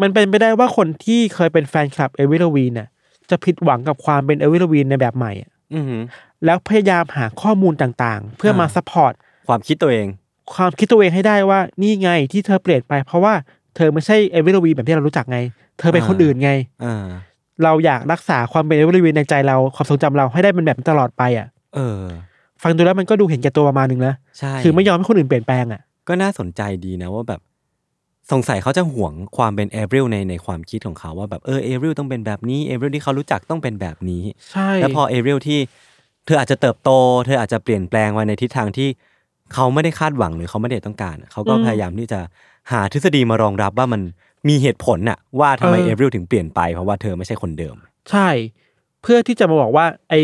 S3: มันเป็นไปได้ว่าคนที่เคยเป็นแฟนคลับเอวิลวีนน่ะจะผิดหวังกับความเป็นเอวิลวีนในแบบใหม่อะ
S2: อือหือ
S3: แล้วพยายามหาข้อมูลต่างๆ เพื่อมา
S2: อ่า
S3: ซัพพอร์ต
S2: ความคิดตัวเอง
S3: ความคิดตัวเองให้ได้ว่านี่ไงที่เธอเปลี่ยนไป เพราะว่าเธอไม่ใช่เอเวอร์วีแบบที่เรารู้จักไง เธอเป็น
S2: อ่า
S3: คนอื่นไง
S2: อ่า
S3: เราอยากรักษาความเป็นเอเวอร์วีในใจเราความทรงจำเราให้ได้เป็นแบบนั้นตลอดไปอ่ะ
S2: เออ
S3: ฟังดูแล้วมันก็ดูเห็นแก่ตัวประมาณนึงนะ
S2: ใช่
S3: คือไม่ยอมให้คนอื่นเปลี่ยนแปลงอ่ะ
S2: ก็น่าสนใจดีนะว่าแบบ สงสัยเขาจะห่วงความเป็นเอเวริลในในความคิดของเขาว่าแบบเออเอเวริลต้องเป็นแบบนี้เอเวริลที่เขารู้จักต้องเป็นแบบนี้
S3: ใช่
S2: แล้วพอเอเวริลที่ เธออาจจะเติบโต เธออาจจะเปลี่ยนแปลงไปในทิศทางที่เขาไม่ได้คาดหวังหรือเขาไม่ได้ต้องการ เขาก็พยายามที่จะหาทฤษฎีมารองรับว่ามันมีเหตุผลน่ะ ว่าทำไมเอเวริลถึงเปลี่ยนไปเพราะว่าเธอไม่ใช่คนเดิม
S3: ใช่ เพื่อที่จะมาบอกว่า ไอ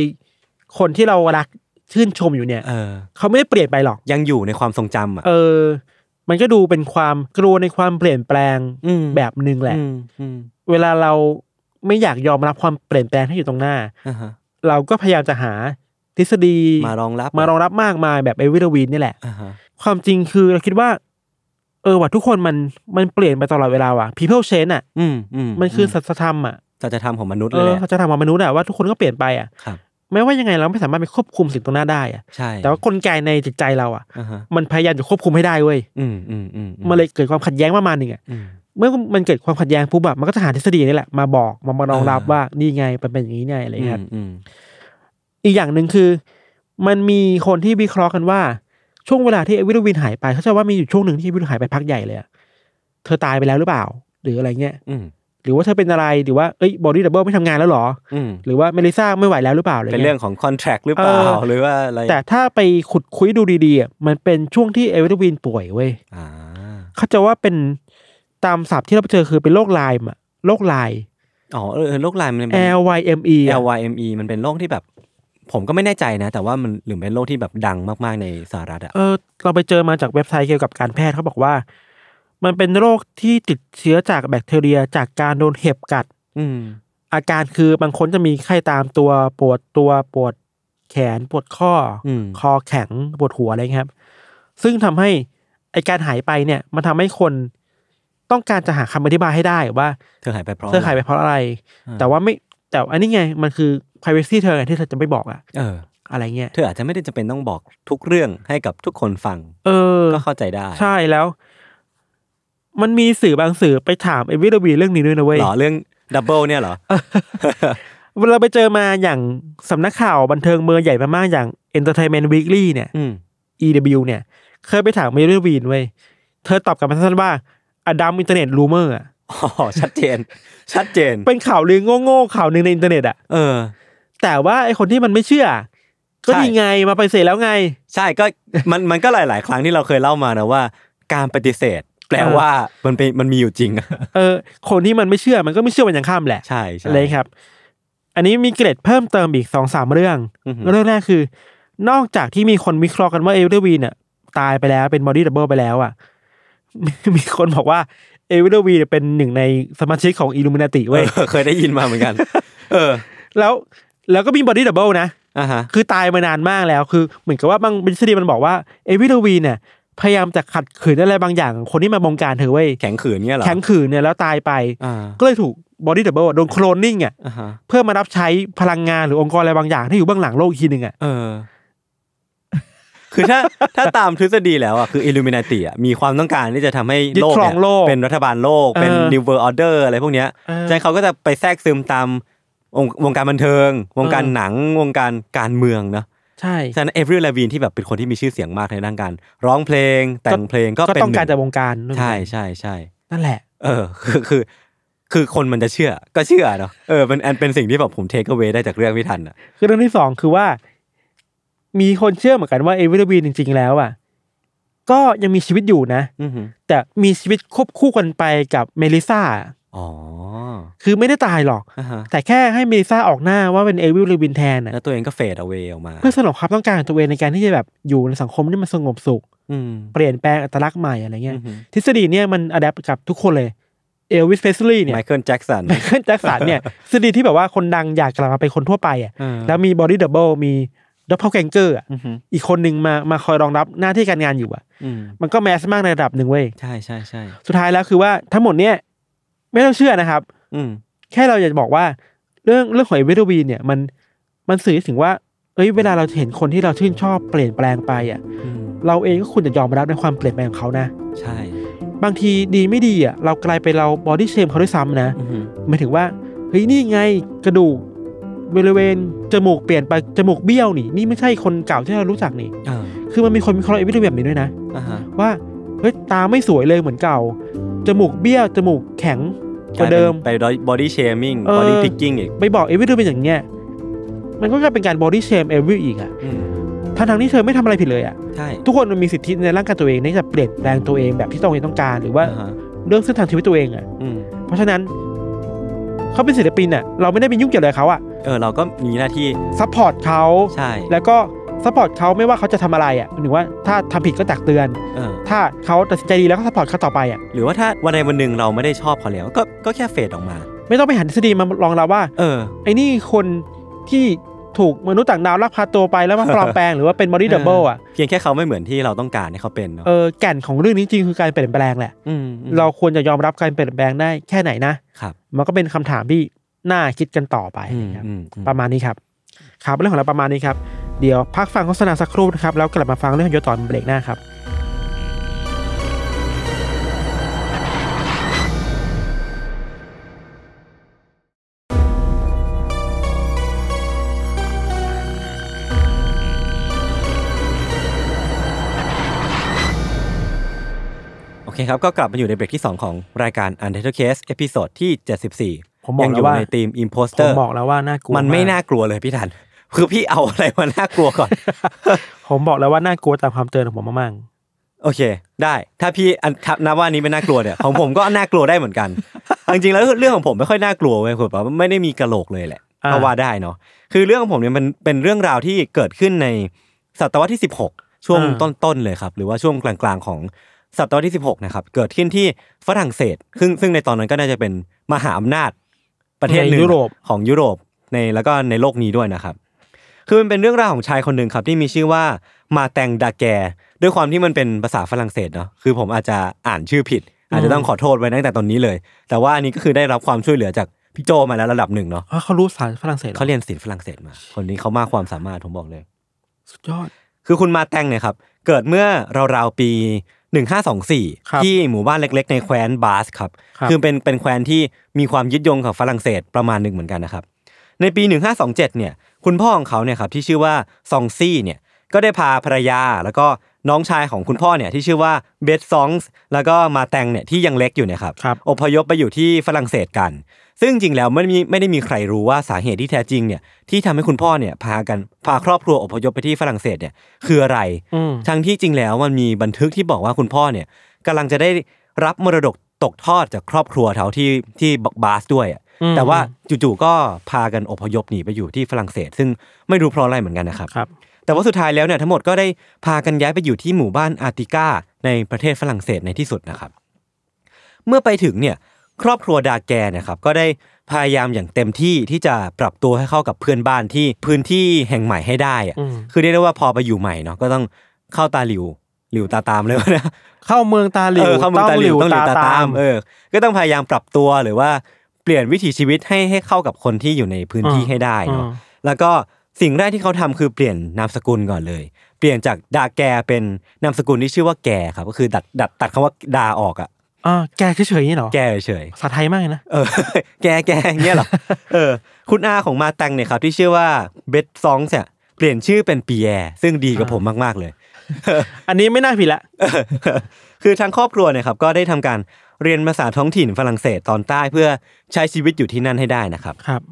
S3: คนที่เรารักชื่นชมอยู่เนี่ย
S2: เออ
S3: เขาไม่ได้เปลี่ยนไปหรอก
S2: ยังอยู่ในความทรงจำอ่ะ
S3: เออ มันก็ดูเป็นความกลัวในความเปลี่ยนแปลง
S2: ม
S3: แบบหนึ่งแหละ
S2: อืมอืม
S3: เวลาเราไม่อยากยอมรับความเปลี่ยนแปลงที่อยู่ตรงหน้า
S2: อ่าฮะ
S3: เราก็พยายามจะหาทฤษฎี
S2: มารองรับ
S3: มารองรับมากมายแบบเอวิลวีนนี่แหละ
S2: อ่าฮะ
S3: ความจริงคือเราคิดว่า เออว่ะทุกคนมันมันเปลี่ยนไปตลอดเวลาว่ะ people change อ่ะ
S2: อืมอืม
S3: มันคือ
S2: ม
S3: สัจธรรมอ่ะ
S2: สัจธรรมของมนุษย์
S3: เอ
S2: เลย
S3: อ
S2: แหละ
S3: เขาจะทำของมนุษย์อ่ะว่าทุกคนก็เปลี่ยนไปอ่ะ
S2: ครับ
S3: แม้ว่ายังไงเราไม่สามารถไปควบคุมสิ่งตรงหน้าได้อ่ะ
S2: ใช่
S3: แต่ว่ากลไกในจิตใจเราอ่ะ
S2: อ่าฮะ
S3: มันพยายามจะควบคุมให้ได้เว้ย
S2: อืมอืมอืม
S3: มันเลยเกิดความขัดแย้งประมาณหนึ่งอ่ะ
S2: อืม
S3: เมื่อมันเกิดความขัดแย้งปุ๊บแบบมันก็จะหาทฤษฎีนี่แหละมาบอกมามารองรับ
S2: อ่า
S3: ว่านี่ไงมันเป็นอย่างนี้ไงอะไรอย่างเงี้ยครับ
S2: อืม
S3: อีกอย่างหนึ่งคือ มันมีคนที่วิเคราะห์กันว่า ช่วงเวลาที่เอวิลวินหายไปเขาเชื่อว่ามีอยู่ช่วงหนึ่งที่เอวิลวินหายไปพักใหญ่เลยอะเธอตายไปแล้วหรือเปล่า หรืออะไรเงี้ย
S2: อืม
S3: หรือว่าเธอเป็นอะไรหรือว่าเอ้ยบอดี้ดับเบิลไม่ทำงานแล้วเหรอ
S2: อืม
S3: หรือว่าเมลิซ่าไม่ไหวแล้วหรือเปล่าอะไร
S2: เป็น
S3: เงี้
S2: เรื่อย งของคอนแทรคหรือเปล่า
S3: เออ
S2: หรือว่าอะไร
S3: แต่ถ้าไปขุดคุยดูดีๆอะมันเป็นช่วงที่เอวิลวินป่วยเว้ย
S2: อ่า
S3: เขาใจะว่าเป็นตามศัพท์ที่เราไปเจอคือเป็นโรคไลม์อะโรคไลม์
S2: อ๋อเออเออโรคลายมันเป็น
S3: L Y M E อะ
S2: LYME มันเป็นโรคที่แบบ ผมก็ไม่แน่ใจนะ แต่ว่ามันหรือเป็นโรคที่แบบดังมากๆในสหรัฐอ่ะ
S3: เออเราไปเจอมาจากเว็บไซต์เกี่ยวกับการแพทย์เขาบอกว่า มันเป็นโรคที่ติดเชื้อจากแบคทีเรียจากการโดนเห็บกัด
S2: อืม
S3: อาการคือบางคนจะมีไข้ตามตัวปวดตัวปวดแขนปวดข้ออ
S2: อืม
S3: คอแข็งปวดหัวอะไรเงี้ยครับ ซึ่งทำให้ไอการหายไปเนี่ย มันทำให้คนต้องการจะหาคำอธิบายให้ได้ว่า
S2: เธอหายไปเพราะ
S3: เธอหายไปเพราะอะไร
S2: อ่
S3: แต่ว่าไม่แต่อันนี้ไงมันคือ privacy เธอไงที่เธอจะไม่บอกอะ
S2: เออ
S3: อะไรเงี้ย
S2: เธออาจจะไม่ได้จำเป็นต้องบอกทุกเรื่องให้กับทุกคนฟัง
S3: เออ
S2: ก็เข้าใจได้
S3: ใช่แล้ว มันมีสื่อบางสื่อไปถามเอวิลวีเรื่องนี้ด้วยนะเว้ย
S2: เหรอเรื่องดับเบิลเนี่ยเหรอ
S3: เราไปเจอมาอย่างสำนักข่าวบันเทิงเมืองใหญ่มากๆอย่าง Entertainment Weekly เนี่ย
S2: อืม
S3: EW เนี่ย เคยไปถามเอวิลวีนเว้ยเธอตอบกลับมาสั้นๆว่าอดัมอินเทอร์เน็ตรูเมอร์
S2: อ๋อชัดเจ น ชัดเจน
S3: เป็นข่าวลือโง่ๆข่าวหนึ่งในอินเทอร์เน็ตอะ
S2: เออ
S3: แต่ว่าไอคนที่มันไม่เชื่อ ก็
S2: ใช่
S3: ดีไงมาไปฏิเสธแล้วไง
S2: ใช่ก็มันมันก็หลาย ๆ ครั้งที่เราเคยเล่ามานะว่า การปฏิเสธ แปลว่ามันเป็นมันมีอยู่จริงอะ
S3: เออ คนที่มันไม่เชื่อมันก็ไม่เชื่อวันยังข้ามแหละ
S2: ใช่ใช่
S3: เลยครับ อันนี้มีเกร็ดเพิ่มเติมอีกสองสามเรื่อง
S2: อือหือ
S3: เรื่องแรกคือ นอกจากที่มีคนวิเคราะห์กันว่าเอเวอร์วีนเนี่ยตายไปแล้วเป็นบอดี้ดับเบิลไปแล้วอ่ะ มีคนบอกว่าเอเวอร์วีนเป็นหนึ่งในสมาชิกของอิลูมินาติเว้ย
S2: เออเคยได้ยินมาเหมือนกัน เออ
S3: แล้วแล้วก็มีบอดี้ดับเบิลนะ
S2: อ่ะฮะ
S3: คือตายมานานมากแล้วคือ เหมือนกับว่าบางทฤษฎีมันบอกว่าเอเวอร์วีนเนี่ยพยายามจะขัดขืนอะไรบางอย่างของคนที่มาบงการเธอเว้ย
S2: แข็งขืนเงี้ยเหรอ
S3: แข็งขืนเนี่ยแล้วตายไป
S2: อ่า
S3: ก็เลยถูกบอดี้ดับเบิลโดนโคลนนิ่งอ่ะ
S2: อ่าฮะ
S3: เพื่อมารับใช้พลังงานหรือองค์กรอะไรบางอย่างที่อยู่เบื้องหลังโลกอีกทีหนึ่งอ่ะ
S2: เออ คือถ้า ถ้าตามทฤษฎีแล้วอ่ะคืออิลูมินาติอ่ะมีความต้องการที่จะทำให้
S3: ยึด
S2: โลก
S3: ครอ
S2: เนี่
S3: ง
S2: ย
S3: โลก
S2: เป็นรัฐบาลโลก
S3: เออ
S2: เป็น New World Order อะไรพวกเนี้ย
S3: เออ
S2: ใช่เขาก็จะไปแทรกซึมตามองค์วงการบันเทิง วงการ
S3: เออ
S2: หนังวงการการเมืองเนอะ
S3: ใช่
S2: ฉะนั้นเอฟริลลาวีนที่แบบเป็นคนที่มีชื่อเสียงมากในด้านการ ร้องเพลง แต่งเพลงก็
S3: ก็
S2: เป็น
S3: ต้อง
S2: หนึ่
S3: การจากวงการ
S2: ใช่ใช่ใช่
S3: นั่นแหละ
S2: เออ คือคือ คือ คือคนมันจะเชื่อก็เชื่อเนาะเออมันอันเป็นสิ่งที่แบบผมเทคเอาไว้ได้จากเรื่องพี่ทันอ่ะ
S3: คือเรื่องที่สองคือว่า มีคนเชื่อเหมือนกันว่าเอวิลบีจริง ๆ แล้วอ่ะก็ยังมีชีวิตอยู่นะ
S2: อือหือ
S3: แต่มีชีวิตควบคู่กันไปกับเมลิซา
S2: อ๋ อ
S3: คือไม่ได้ตายหรอก
S2: อ่าฮะ
S3: แต่แค่ให้เมลิซาออกหน้าว่าเป็นเอวิลบินแทนน่ะ
S2: แล้วตัวเองก็เฟดเอาเวออกมา
S3: เพื่อสนองความต้องการของตัวเองในการที่จะแบบอยู่ในสังคมที่มันสงบสุข
S2: อืม
S3: เปลี่ยนแปลงอัตลักษณ์ใหม่อะไรเงี้ย
S2: อือหือ
S3: ทฤษฎีเนี่ยมันอัดแอปกับทุกคนเลยเอลวิสเพสลีย์เนี่ย
S2: ไมเคิลแจ็กสัน
S3: ไมเคิ ลแจ็คสันเนี่ยทฤษฎีที่แบบว่าคนดังอยากกลับมาเป็นคนทั่วไปอ่ะ
S2: เออ
S3: แล้วมีบอดี้ดับเบิลมีดับเบิลแกงเกอร์
S2: อือหือ
S3: อีกคนหนึ่งมามาคอยรองรับหน้าที่การงานอยู่อ่ะ
S2: อืม
S3: มันก็แมสมากในระดับหนึ่งเว้ย
S2: ใช่ใช่ใช่
S3: สุดท้ายแล้วคือว่าทั้งหมดเนี่ยไม่ต้องเชื่อนะครับ
S2: อืม
S3: แค่เราอยากจะบอกว่าเรื่องเรื่องของเอเวอร์วีเนี่ยมันมันสื่อถึงว่า เอ้ยเวลาเราเห็นคนที่เราชื่นชอบเปลี่ยนแปลงไปอ่ะ
S2: อืม
S3: เราเองก็ควรจะยอมรับในความเปลี่ยนแปลงของเขานะ
S2: ใช่
S3: บางทีดีไม่ดีอ่ะเรากลายไปนเราบอดี้เชมเขาด้วยซ้ำนะ
S2: อือหือ
S3: หมายถึงว่าเฮ้ยนี่ไงกระดูกบริเวณจมูกเปลี่ยนไปจมูกเบี้ยวนี่นี่ไม่ใช่คนเก่าที่เรารู้จักนี่
S2: เออ
S3: คือมันมีคนมีคอร์เอวิทแบบนี้ด้วยนะ
S2: อ่าฮะ
S3: ว่าเฮ้ยตาไม่สวยเลยเหมือนเก่า จมูกเบี้ยวจมูกแข็งกว่าเดิม
S2: ไปบอดี้เชมิ่ง
S3: เออ
S2: บอดี้พิกกิ้งอีก
S3: ไปบอกเอวิทเป็นอย่างเงี้ยมันก็กลายเป็นการบอดี้เชมเอวิทอีกอ่ะ
S2: อืม
S3: ทั้งทที่เธอไม่ทำอะไรผิดเลยอ่ะ
S2: ใช่
S3: ทุกคนมันมีสิทธิในร่างกายตัวเองในการจะเปลี่ยนแปลงตัวเองแบบที่ตัวเองต้องการ หรือว่า
S2: อ่ฮะ
S3: เรื่องเส้นทางชีวิตตัวเองอ่ะ
S2: อืม
S3: เพราะฉะนั้นเขาเป็นศิลปินอ่ะเราไม่ได้ไปยุ่งเกี่ยวอะไรกับเขาอ่ะ
S2: เออเราก็มีหน้าที่
S3: ซัพพอร์ตเขา
S2: ใช่
S3: แล้วก็ซัพพอร์ตเขาไม่ว่าเขาจะทำอะไรอ่ะหรือว่าถ้าทำผิดก็ตักเตือน
S2: เออ
S3: ถ้าเขาตัดสินใจดีแล้วก็ซัพพอร์ตเขาต่อไปอ่ะ
S2: หรือว่าถ้าวันใดวันหนึ่งเราไม่ได้ชอบเขาแล้ว ก็ก็แค่เฟดออกมา
S3: ไม่ต้องไปหันทฤษฎีมารองรับว่า
S2: เออ
S3: ไอ้นี่คนที่ถูกมนุษย์ต่างดาวลักพาตัวไปแล้วมา ปลอมแปลงหรือว่าเป็นบอดี้ดับเบิลอ่ะ
S2: เพียงแค่เขาไม่เหมือนที่เราต้องการให้เขาเป็นเนาะ
S3: เออแก่นของเรื่องนี้จริงคือการเปลี่ยนแปลงแหละ
S2: มอืม
S3: เราควรจะยอมรับการเปลี่ยนแปลงได้แค่ไหนนะ
S2: ครับ
S3: มันก็เป็นคำถามที่น่าคิดกันต่อไป
S2: อืม
S3: นะครับ
S2: อืมอืม
S3: ประมาณนี้ครับ ครับเรื่องของเราประมาณนี้ครับ เดี๋ยวพักฟังโฆษณาสักครู่นะครับ แล้วกลับมาฟังเรื่องของยศตอนเบรกหน้าครับ
S2: โอเคครับ ก็กลับมาอยู่ในเบรกที่ 2 ของรายการ u n d e r t a l Case เอพิโซดที่ 74
S3: ผมบอก
S2: ยังอยู่
S3: แล้วว่า
S2: ในทีม
S3: ผม
S2: Imposter
S3: บอกแล้วว่าน่ากลัว
S2: มันไม่น่าก กลัวเลยพี่ทัน คือพี่เอาอะไรมาน่ากลัวก่อน
S3: ผมบอกแล้วว่าน่ากลัวตามความเตือนของผมมาก
S2: โอเค ได้ถ้าพี่อันถ้านับว่าอันนี้ไม่น่ากลัวเนี่ย ของผมก็น่ากลัวได้เหมือนกันเอาจริงๆแล้วเรื่องของผมไม่ค่อยน่ากลัวเว้ยผมว่าไม่ได้มีกระโหลกเลยแหละ
S3: ๆอ่
S2: ก็ว่าได้เนาะคือเรื่องของผมเนี่ยมันเป็นเรื่องราวที่เกิดขึ้นในศตวรรษที่ 16 ช่วงต้นๆเลยครับ หรือว่าช่วงกลางๆของศตวรรษที่ 16นะครับเกิดขึ้นที่ฝรั่งเศส ซึ่งซึ่งในตอนนั้นก็น่าจะเป็นมหาอำนาจประเทศหนึ่ง
S3: ในยุโรป
S2: ของยุโรปในแล้วก็ในโลกนี้ด้วยนะครับ คือมันเป็นเรื่องราวของชายคนหนึ่งครับที่มีชื่อว่ามาแตงดาแกด้วยความที่มันเป็นภาษาฝรั่งเศสเนาะคือผมอาจจะอ่านชื่อผิด อาจจะต้องขอโทษไว้ตั้งแต่ตอนนี้เลย แต่ว่าอันนี้ก็คือได้รับความช่วยเหลือจากพี่โจมาแล้วระดับหนึ่งเนาะ
S3: อ๋อเขารู้ภาษาฝรั่งเศสเหรอ
S2: เขาเรียนศิลป์ฝรั่งเศสมา คนนี้เขามากความสามารถผมบอกเลย
S3: สุดยอด
S2: คือคุณมาแตงเนี่ยครับเกิดเมื่อราวๆปี 1524
S3: ครับ
S2: ที่หมู่บ้านเล็ก ๆ ในแคว้นบาสครับ
S3: ครับ
S2: อเป็นเป็นแคว้นที่มีความยึดโยงกับฝรั่งเศสประมาณหนึ่งเหมือนกันนะครับ ในปี 1527 เนี่ยคุณพ่อของเขาเนี่ยครับที่ชื่อว่าซองซี่เนี่ยก็ได้พาภรรยาแล้วก็น้องชายของคุณพ่อเนี่ยที่ชื่อว่าเบสซองส์แล้วก็มาแตงเนี่ยที่ยังเล็กอยู่เนี่ยครับ
S3: ครับ
S2: อพยพไปอยู่ที่ฝรั่งเศสกัน ซึ่งจริงแล้วไม่มีไม่ได้มีใครรู้ว่าสาเหตุที่แท้จริงเนี่ยที่ทำให้คุณพ่อเนี่ยพากันพาครอบครัวอพยพไปที่ฝรั่งเศสเนี่ยคืออะไร
S3: อืม
S2: ทั้งที่จริงแล้วมันมีบันทึกที่บอกว่าคุณพ่อเนี่ยกำลังจะได้รับมรดกตกทอดจากครอบครัวเขาที่ที่บาสด้วยอะ
S3: อืม
S2: แต่ว่าจู่ๆก็พากันอพยพหนีไปอยู่ที่ฝรั่งเศส ซึ่งไม่รู้เพราะอะไรเหมือนกันนะครับ
S3: ครับ
S2: แต่ว่าสุดท้ายแล้วเนี่ยทั้งหมดก็ได้พากันย้ายไปอยู่ที่หมู่บ้านอาร์ติก้าในประเทศฝรั่งเศสในที่สุดนะครับ เมื่อไปถึงเนี่ยครอบครัวดาแกเนะครับก็ได้พยายามอย่างเต็มที่ที่จะปรับตัวให้เข้ากับเพื่อนบ้านที่พื้นที่แห่งใหม่ให้ได้อะ
S3: อืม
S2: คือเรียกได้ว่าพอไปอยู่ใหม่เนาะก็ต้องเข้าตาหลิวหลิวตาตามเลยวะ นะ
S3: เข้าเมืองตาหลิว
S2: เออเข้าเมืองตาหลิวต้องหลิวตาตามเอ
S3: เออ
S2: อก็ต้องพยายามปรับตัวหรือว่าเปลี่ยนวิถีชีวิตให้ให้เข้ากับคนที่อยู่ในพื้นที่
S3: อ่า
S2: ให้ได้เนาะ
S3: อ่า
S2: แล้วก็สิ่งแรกที่เขาทำคือเปลี่ยนนามสกุลก่อนเลย เปลี่ยนจากดาแกเป็นนามสกุลที่ชื่อว่าแกครับก็คือดัดดัดตัดคำว่าดาออกอะ
S3: อ่าแกเฉยๆนี่เหรอ
S2: แกเฉยๆ
S3: ภาษาไทยมากเลยนะ
S2: เออ แกแกอย่างเงี้ยเหรอ เออ คุณอาของมาแตงเนี่ยครับ ที่ชื่อว่าเบสซองส์เนี่ยเปลี่ยนชื่อเป็นปีแอร์ซึ่งดีกับผมมาก ๆ เลย
S3: อันนี้ไม่น่าผิดละ
S2: คือทางครอบครัวเนี่ยครับก็ได้ทำการ เรียนภาษาท้องถิ่นฝรั่งเศสตอนใต้เพื่อใช้ชีวิตอยู่ที่นั่นให้ได้นะครับ
S3: ครับ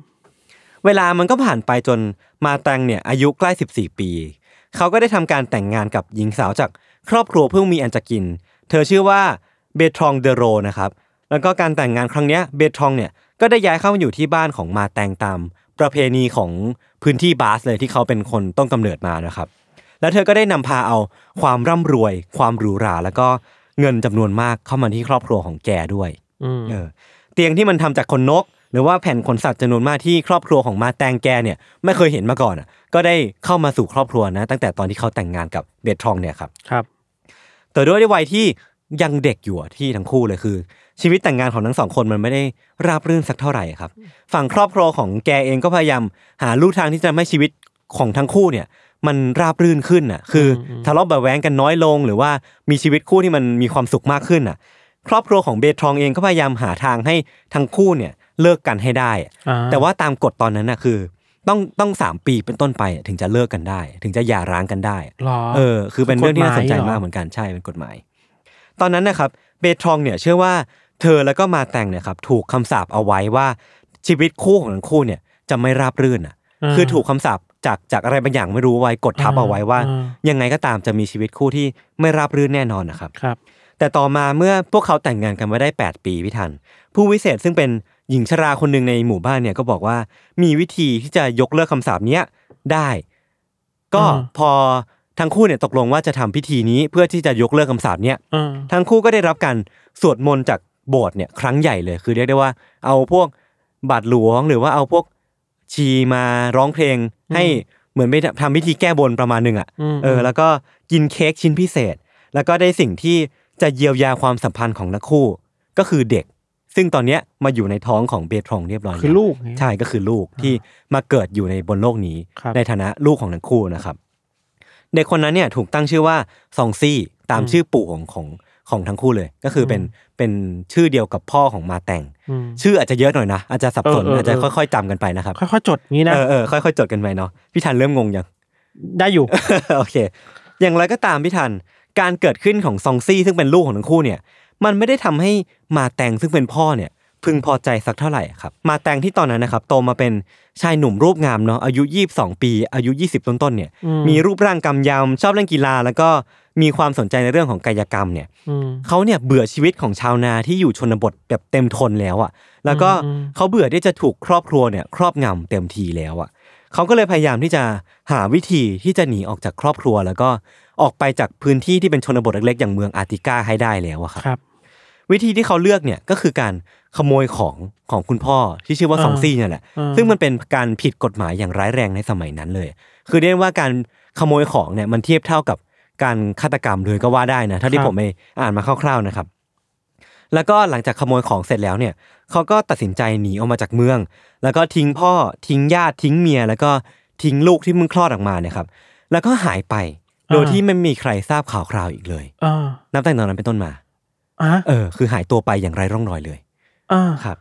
S2: เวลามันก็ผ่านไปจนมาแตงเนี่ยอายุใกล้ 14 ปี เขาก็ได้ทำการแต่งงานกับหญิงสาวจากครอบครัวเพิ่งมีอันจะกิน เธอชื่อว่าเบทรองเดโรนะครับ แล้วก็การแต่งงานครั้งเนี้ยเบทรองเนี่ยก็ได้ย้ายเข้ามาอยู่ที่บ้านของมาแตงตามประเพณีของพื้นที่บาสเลยที่เขาเป็นคนต้นกำเนิดมานะครับ แล้วเธอก็ได้นำพาเอาความร่ำรวย ความหรูหรา แล้วก็เงินจำนวนมากเข้ามาที่ครอบครัวของแกด้วย
S3: อืม
S2: เออเตียงที่มันทำจากขนนก หรือว่าแผ่นขนสัตว์จำนวนมากที่ครอบครัวของมาแตงแกเนี่ยไม่เคยเห็นมาก่อนอ่ะก็ได้เข้ามาสู่ครอบครัวนะ ตั้งแต่ตอนที่เขาแต่งงานกับเบทรองเนี่ยครับ
S3: ครับ
S2: แต่ด้วยวัยที่ยังเด็กอยู่อะที่ทั้งคู่เลยคือ ชีวิตแต่งงานของทั้งสองคนมันไม่ได้ราบรื่นสักเท่าไหร่ครับ ฝั่งครอบครัวของแกเองก็พยายามหาลู่ทางที่จะทำให้ชีวิตของทั้งคู่เนี่ย มันราบรื่นขึ้นน่ะ คืออทะเลาะเบาะแว้งกันน้อยลง หรือว่ามีชีวิตคู่ที่มันมีความสุขมากขึ้นน่ะ ครอบครัวของเบทรองเองก็พยายามหาทางให้ทั้งคู่เนี่ยเลิกกันให้ได้อะ
S3: อ่า
S2: แต่ว่าตามกฎตอนนั้นน่ะคือ ต้องต้องสามปีเป็นต้นไปถึงจะเลิกกันได้ ถึงจะหย่าร้างกันได้
S3: หรอ
S2: เออคือเป็นเรื่องที่น่าสนใจ
S3: กฎห
S2: มา
S3: มายเหรอ
S2: กเหมือนกันใช่เป็นกฎหมาย ตอนนั้นนะครับเบทรองเนี่ยเชื่อว่าเธอแล้วก็มาแต่งเนี่ยครับถูกคำสาปเอาไว้ว่าชีวิตคู่ของทั้งคู่เนี่ยจะไม่ราบรื่นอ่ะ คือถูกคำสาปจากจากอะไรบางอย่างไม่รู้ไว้กดทับเอาไว้ว่า
S3: อ่า
S2: ยังไงก็ตามจะมีชีวิตคู่ที่ไม่ราบรื่นแน่นอนนะครับ
S3: ครับ
S2: แต่ต่อมาเมื่อพวกเขาแต่งงานกันมาได้ 8 ปีพี่ทัน ผู้วิเศษซึ่งเป็นหญิงชราคนหนึ่งในหมู่บ้านเนี่ยก็บอกว่ามีวิธีที่จะยกเลิกคำสาปเนี้ยได้ ก็พอทั้งคู่เนี่ยตกลงว่าจะทำพิธีนี้เพื่อที่จะยกเลิกคำสาปเนี้ย
S3: อ่า
S2: ทั้งคู่ก็ได้รับการสวดมนต์จากโบสถ์เนี่ยครั้งใหญ่เลยคือเรียกได้ว่าเอาพวกบาทหลวง หรือว่าเอาพวกชีมาร้องเพลง ให้เหมือนไปทำพิธีแก้บนประมาณหนึ่งอ่ะเออ แล้วก็กินเค้กชิ้นพิเศษ แล้วก็ได้สิ่งที่จะเยียวยาความสัมพันธ์ของทั้งคู่ ก็คือเด็ก ซึ่งตอนเนี้ยมาอยู่ในท้องของเบทรองเรียบร้อยแว
S3: คือลูกไง
S2: ใช่ก็คือลูกที่มาเกิดอยู่ในบนโลกนี้
S3: ครับ
S2: ในฐานะลูกของทั้งคู่นะครับ เด็กคนนั้นเนี่ยถูกตั้งชื่อว่าซองซี่ตามชื่อปู่ของของของทั้งคู่เลย ก็คือเป็นเป็นชื่อเดียวกับพ่อของมาแต่ง
S3: อืม
S2: ชื่ออาจจะเยอะหน่อยนะ อาจจะสับสน
S3: เออเออเอออ
S2: อาจจะค่อยๆจำกันไปนะครับ
S3: ค่อยๆจดงี้นะ
S2: เออเออค่อยๆจดกันไปเนาะพี่ทันเริ่มงงยัง
S3: ได้อยู่
S2: โอเค อย่างไรก็ตามพี่ทัน การเกิดขึ้นของซองซี่ซึ่งเป็นลูกของทั้งคู่เนี่ย มันไม่ได้ทำให้มาแตงซึ่งเป็นพ่อเนี่ย พึงพอใจสักเท่าไหร่ครับ มาแตงที่ตอนนั้นนะครับโตมาเป็นชายหนุ่มรูปงามเนาะอายุ 22 ปี อายุ 20 ต้นๆเนี่ย
S3: อืม
S2: มีรูปร่างกำยำชอบเล่นกีฬา แล้วก็มีความสนใจในเรื่องของกายกรรมเนี่ย
S3: อืม
S2: เขาเนี่ยเบื่อชีวิตของชาวนาที่อยู่ชนบทแบบเต็มทนแล้วอะ่ะ แล้วก็
S3: อืม
S2: เขาเบื่อที่จะถูกครอบครัวเนี่ยครอบงำเต็มทีแล้วอะ่ะ เขาก็เลยพยายามที่จะหาวิธีที่จะหนีออกจากครอบครัว แล้วก็ออกไปจากพื้นที่ที่เป็นชนบทเล็กๆ อย่างเมืองอาร์ติก้าให้ได้แล้วอะครับ
S3: ครับ
S2: วิธีที่เขาเลือกเนี่ยก็คือการขโมยของของคุณพ่อที่ชื่อว่า
S3: อ่า
S2: สองซี่เนี่ยแหละ
S3: อ่า
S2: ซึ่งมันเป็นการผิดกฎหมายอย่างร้ายแรงในสมัยนั้นเลย คือเรียกว่าการขโมยของเนี่ยมันเทียบเท่ากับการฆาตกรรมเลยก็ว่าได้นะถ้าที่ผมไปอ่านมาคร่าวๆนะครับ แล้วก็หลังจากขโมยของเสร็จแล้วเนี่ยเขาก็ตัดสินใจหนีออกมาจากเมือง แล้วก็ทิ้งพ่อทิ้งญาติทิ้งเมีย แล้วก็ทิ้งลูกที่มึงคลอดออกมาเนี่ยครับ แล้วก็หายไป โดยที่ไม่มีใครทราบข่าวคราวอีกเลย
S3: อ่า
S2: นับตั้งแต่ตอนนั้นเป็นต้นมา
S3: อ่ะ
S2: เออคือหายตัวไปอย่างไร้ร่องรอยเลย
S3: อ่า
S2: ครับ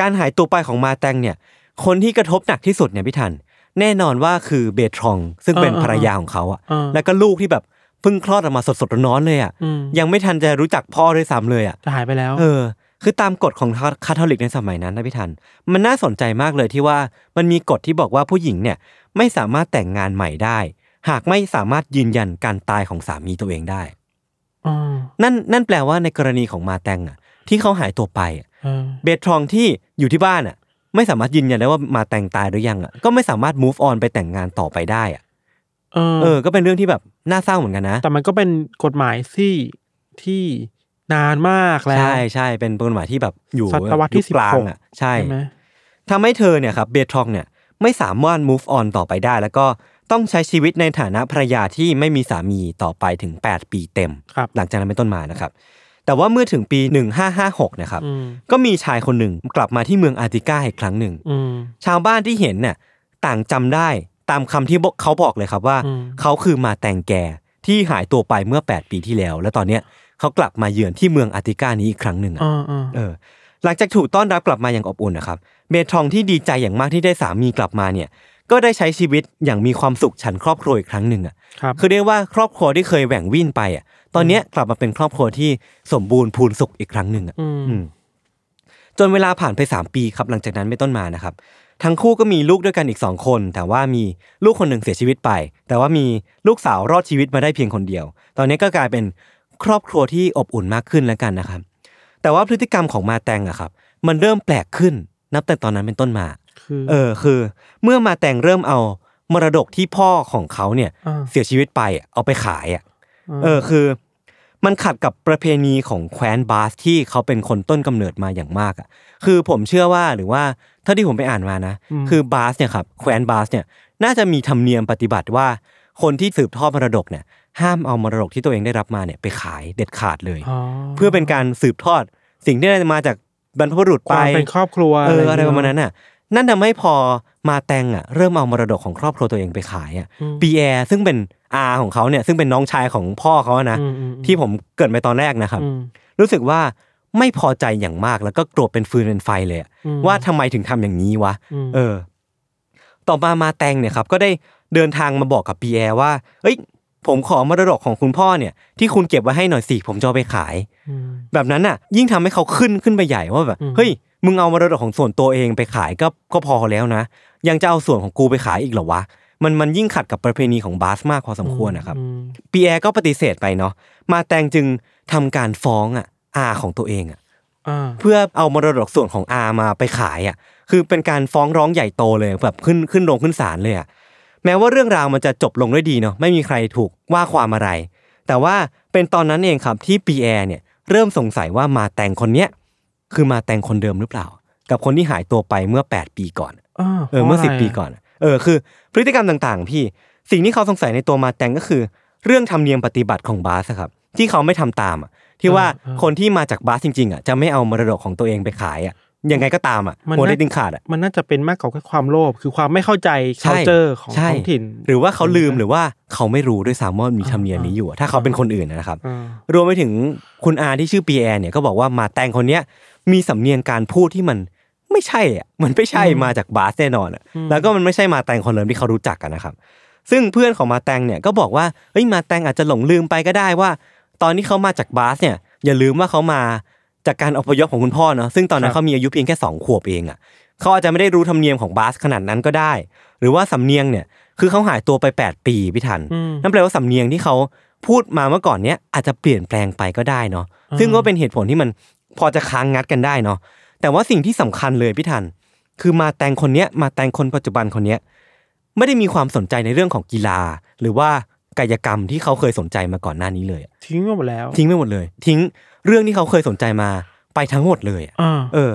S2: การหายตัวไปของมาแตงเนี่ย คนที่กระทบหนักที่สุดเนี่ยพี่ทัน แน่นอนว่าคือเบทรอง ซึ่งเป็นภรรยาของเขาอ่ะ
S3: อ่า
S2: แล้วก็ลูกที่แบบเพิ่งคลอดออกมาสดๆร้อนๆเลยอ่ะ
S3: อืม
S2: ยังไม่ทันจะรู้จักพ่อด้วยซ้ำเลยอ่ะ
S3: จะหายไปแล้ว
S2: เออ คือตามกฎของคาทอลิกในสมัยนั้นนะพี่ทัน มันน่าสนใจมากเลยที่ว่ามันมีกฎที่บอกว่าผู้หญิงเนี่ยไม่สามารถแต่งงานใหม่ได้ หากไม่สามารถยืนยันการตายของสามีตัวเองได้
S3: อืม
S2: นั่นนั่นแปลว่าในกรณีของมาแตงอ่ะ ที่เขาหายตัวไปอ่ะ
S3: เออ
S2: เบทรองที่อยู่ที่บ้านอ่ะ ไม่สามารถยืนยันได้ว่ามาแต่งตายหรือยังอ่ะก็ไม่สามารถ move on ไปแต่งงานต่อไปได้อ่ะ
S3: เออ
S2: เออก็เป็นเรื่องที่แบบน่าเศร้าเหมือนกันนะ
S3: แต่มันก็เป็นกฎหมายที่ที่นานมากแล้ว
S2: ใช่ใช่เป็นกฎหมายที่แบบอยู่
S3: ศตวรรษที่
S2: ยุคกลางอ่ะใช่
S3: ใช่ไหม
S2: ทำให้เธอเนี่ยครับเบทรองเนี่ยไม่สามารถ move on ต่อไปได้ แล้วก็ต้องใช้ชีวิตในฐานะภรรยาที่ไม่มีสามีต่อไปถึง 8 ปีเต็ม
S3: ครับ
S2: หลังจากนั้นเป็นต้นมานะครับ แต่ว่าเมื่อถึงปี 1556นะครับ
S3: อืม
S2: ก็มีชายคนหนึ่งกลับมาที่เมืองอาร์ติก้าอีกครั้งหนึ่ง
S3: อืม
S2: ชาวบ้านที่เห็นน่ะต่างจำได้ตามคำที่บอกเขาบอกเลยครับว่า
S3: อืม
S2: เขาคือมาแตงแกที่หายตัวไปเมื่อ 8 ปีที่แล้ว และตอนเนี้ยเขากลับมาเยือนที่เมืองอาร์ติก้านี้อีกครั้งหนึ่งอะ
S3: อ่าอ่า
S2: เออหลังจากถูกต้อนรับกลับมาอย่างอบอุ่นนะครับเบทองที่ดีใจอย่างมากที่ได้สามีกลับมาเนี่ย ก็ได้ใช้ชีวิตอย่างมีความสุขฉันครอบครัวอีกครั้งหนึ่งอ่ะ
S3: ครับ
S2: คือเรียกว่าครอบครัวที่เคยแหว่งวิ่นไปอ่ะ ตอนเนี้ยกลับมาเป็นครอบครัวที่สมบูรณ์พูนสุขอีกครั้งหนึ่งอะ
S3: อืม
S1: อืม
S2: จนเวลาผ่านไป 3 ปีครับหลังจากนั้นเป็นต้นมานะครับ ทั้งคู่ก็มีลูกด้วยกันอีก 2 คน แต่ว่ามีลูกคนหนึ่งเสียชีวิตไป แต่ว่ามีลูกสาวรอดชีวิตมาได้เพียงคนเดียว ตอนนี้ก็กลายเป็นครอบครัวที่อบอุ่นมากขึ้นแล้วกันนะครับ แต่ว่าพฤติกรรมของมาแตงอะครับ มันเริ่มแปลกขึ้นนับแต่ตอนนั้นเป็นต้นมา
S3: คือ
S2: เออคือ เมื่อมาแตงเริ่มเอามรดกที่พ่อของเขาเนี่ย
S3: า
S2: เสียชีวิตไปอะเอาไปขายอะ
S3: า
S2: เออคือ มันขัดกับประเพณีของแคว้นบาสที่เขาเป็นคนต้นกำเนิดมาอย่างมากอ่ะคือผมเชื่อว่าหรือว่าเท่าที่ผมไปอ่านมานะ
S3: ม
S2: คือบาสเนี่ยครับแคว้นบาสเนี่ยน่าจะมีธรรมเนียมปฏิบัติว่า คนที่สืบทอดมรดกเนี่ยห้ามเอามรดกที่ตัวเองได้รับมาเนี่ยไปขายเด็ดขาดเลย เพื่อเป็นการสืบทอดสิ่งที่ได้มาจากบรรพบุรุษ
S3: ค
S2: ไป
S3: วามเป็นครอบครัว
S2: เออ
S3: อ
S2: อะไรประมาณนั้นอ่ะ นั่นทำให้พอมาแตงอ่ะเริ่มเอามรดกของครอบครัวตัวเองไปขายอ่ะ
S3: อืม
S2: ปีแอร์ซึ่งเป็นอาของเขาเนี่ยซึ่งเป็นน้องชายของพ่อเขาอะนะ
S3: อืมอืม
S2: ที่ผมเกริดไปตอนแรกนะครับ
S3: อืม
S2: รู้สึกว่าไม่พอใจอย่างมากแล้วก็โกรธเป็นฟืนเป็นไฟเลยอะ
S3: อืม
S2: ว่าทำไมถึงทำอย่างนี้วะ
S3: ม
S2: เออ ต่อมามาแตงเนี่ยครับ ก็ได้เดินทางมาบอกกับปีแอร์ว่า เอ้ย ผมขอมรดกของคุณพ่อเนี่ย ที่คุณเก็บไว้ให้หน่อยสิผมจะเอาไปขาย
S3: ม
S2: แบบนั้นน่ะ ยิ่งทำให้เขาขึ้นขึ้นไปใหญ่ว่าแบบ
S3: อืม
S2: เฮ้ยมึงเอามรดกของส่วนตัวเองไปขายก็ก็พอแล้วนะ ยังจะเอาส่วนของกูไปขายอีกเหรอวะมันมันยิ่งขัดกับประเพณีของบาสมากพอสมควรนะครับ
S3: อืม
S2: ปีแอร์ก็ปฏิเสธไปเนาะมาแตงจึงทำการฟ้องอ่ะอาของตัวเองอ่ะ
S3: อ่า
S2: เพื่อเอามรดกส่วนของอามาไปขายอ่ะคือเป็นการฟ้องร้องใหญ่โตเลยแบบขึ้นขึ้นโรงขึ้นศาลเลยอ่ะแม้ว่าเรื่องราวมันจะจบลงด้วยดีเนาะไม่มีใครถูกว่าความอะไร แต่ว่าเป็นตอนนั้นเองครับที่ปีแอร์เนี่ยเริ่มสงสัยว่ามาแตงคนเนี้ยคือมาแตงคนเดิมหรือเปล่า กับคนที่หายตัวไปเมื่อ 8 ปีก่อน
S3: า
S2: เออเมื่อ
S3: พ
S2: สิบ
S3: ราะะไร
S2: ปีก่อนอะเออคือพฤติกรรมต่างๆ พี่สิ่งที่เขาสงสัยในตัวมาแตงก็คือ เรื่องธรรมเนียมปฏิบัติของบาสอะครับ ที่เขาไม่ทำตามอะที่ว่าคนที่มาจากบาสจริงๆอะจะไม่เอามรดกของตัวเองไปขายอะยังไงก็ตามอะ
S3: มัน
S2: หัว
S3: น่า
S2: ได้ติงขาดอะ
S3: มันน่าจะเป็นมากกว่าแค่ความโลภคือความไม่เข้าใจ
S2: ใช่
S3: เคาเจอของ
S2: ใช่
S3: ท้องถิ่น
S2: หรือว่าเขาลืมหรือว่าเขาไม่รู้ด้วยซ้ำว่ามีธรรมเนียมนี้อยู่อะถ้าเขาเป็นคนอื่นนะครับ
S3: อ่าร
S2: วมไปถึงคุณอาที่ชื่อปีแอร์เนี่ยก็บอกว่ามาแตงคนเนี้ยมีสำเนียงการพูดที่มันไม่ใช่อ่ะมันไม่ใช่มาจากบาสแน่นอนอ่ะแล้วก็มันไม่ใช่มาแตงคนเดิมที่เขารู้จักกันนะครับ ซึ่งเพื่อนของมาแตงเนี่ยก็บอกว่าเฮ้ยมาแตงอาจจะหลงลืมไปก็ได้ว่า ตอนที่เขามาจากบาสเนี่ยอย่าลืมว่าเขามาจากการอพยพของคุณพ่อเนาะซึ่งตอนนั้
S3: ครั
S2: น
S3: บ
S2: เขามีอายุเพียงแค่สองขวบเองอ่ะเขาอาจจะไม่ได้รู้ธรรมเนียมของบาสขนาดนั้นก็ได้ หรือว่าสำเนียงเนี่ยคือเขาหายตัวไปแปดปีพี่ทัน
S3: อืม
S2: นั่นแปลว่าสำเนียงที่เขาพูดมาเมื่อก่อนเนี้ยอาจจะเปลี่ยนแปลงไปก็ได้เนาะ
S3: อ่า
S2: ซึ่งก็เป็นเหตุผลที่มันพอจะค้างงัดกันได้เนาะแต่ว่าสิ่งที่สำคัญเลยพี่ทัน คือมาแตงคนเนี้ยมาแตงคนปัจจุบันคนเนี้ยไม่ได้มีความสนใจในเรื่องของกีฬา หรือว่ากายกรรมที่เขาเคยสนใจมาก่อนหน้านี้เลยอะ
S3: ทิ้งไปหมดแล้ว
S2: ทิ้งไปหมดเลย ทิ้งเรื่องที่เขาเคยสนใจมาไปทั้งหมดเลยอะ
S3: อ่า
S2: เออ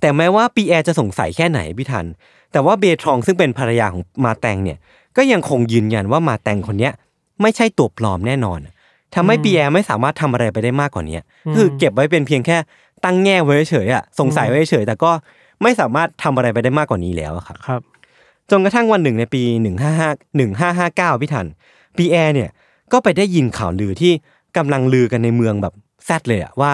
S2: แต่แม้ว่าปีแอร์จะสงสัยแค่ไหนพี่ทัน แต่ว่าเบทรองซึ่งเป็นภรรยาของมาแตงเนี่ย ก็ยังคงยืนยันว่ามาแตงคนเนี้ย ไม่ใช่ตัวปลอมแน่นอนทำให้ปีแอร์ไม่สามารถทำอะไรไปได้มากกว่านี้คือเก็บไว้เป็นเพียงแค่ตั้งแง่ไว้เฉยๆอะสงสัยไว้เฉยๆแต่ก็ไม่สามารถทำอะไรไปได้มากกว่านี้แล้วอะครับ
S3: ครับ
S2: จนกระทั่งวันหนึ่งในปี 1555 1559พี่ทันปีแอร์เนี่ยก็ไปได้ยินข่าวลือที่กำลังลือกันในเมืองแบบแซดเลยอะว่า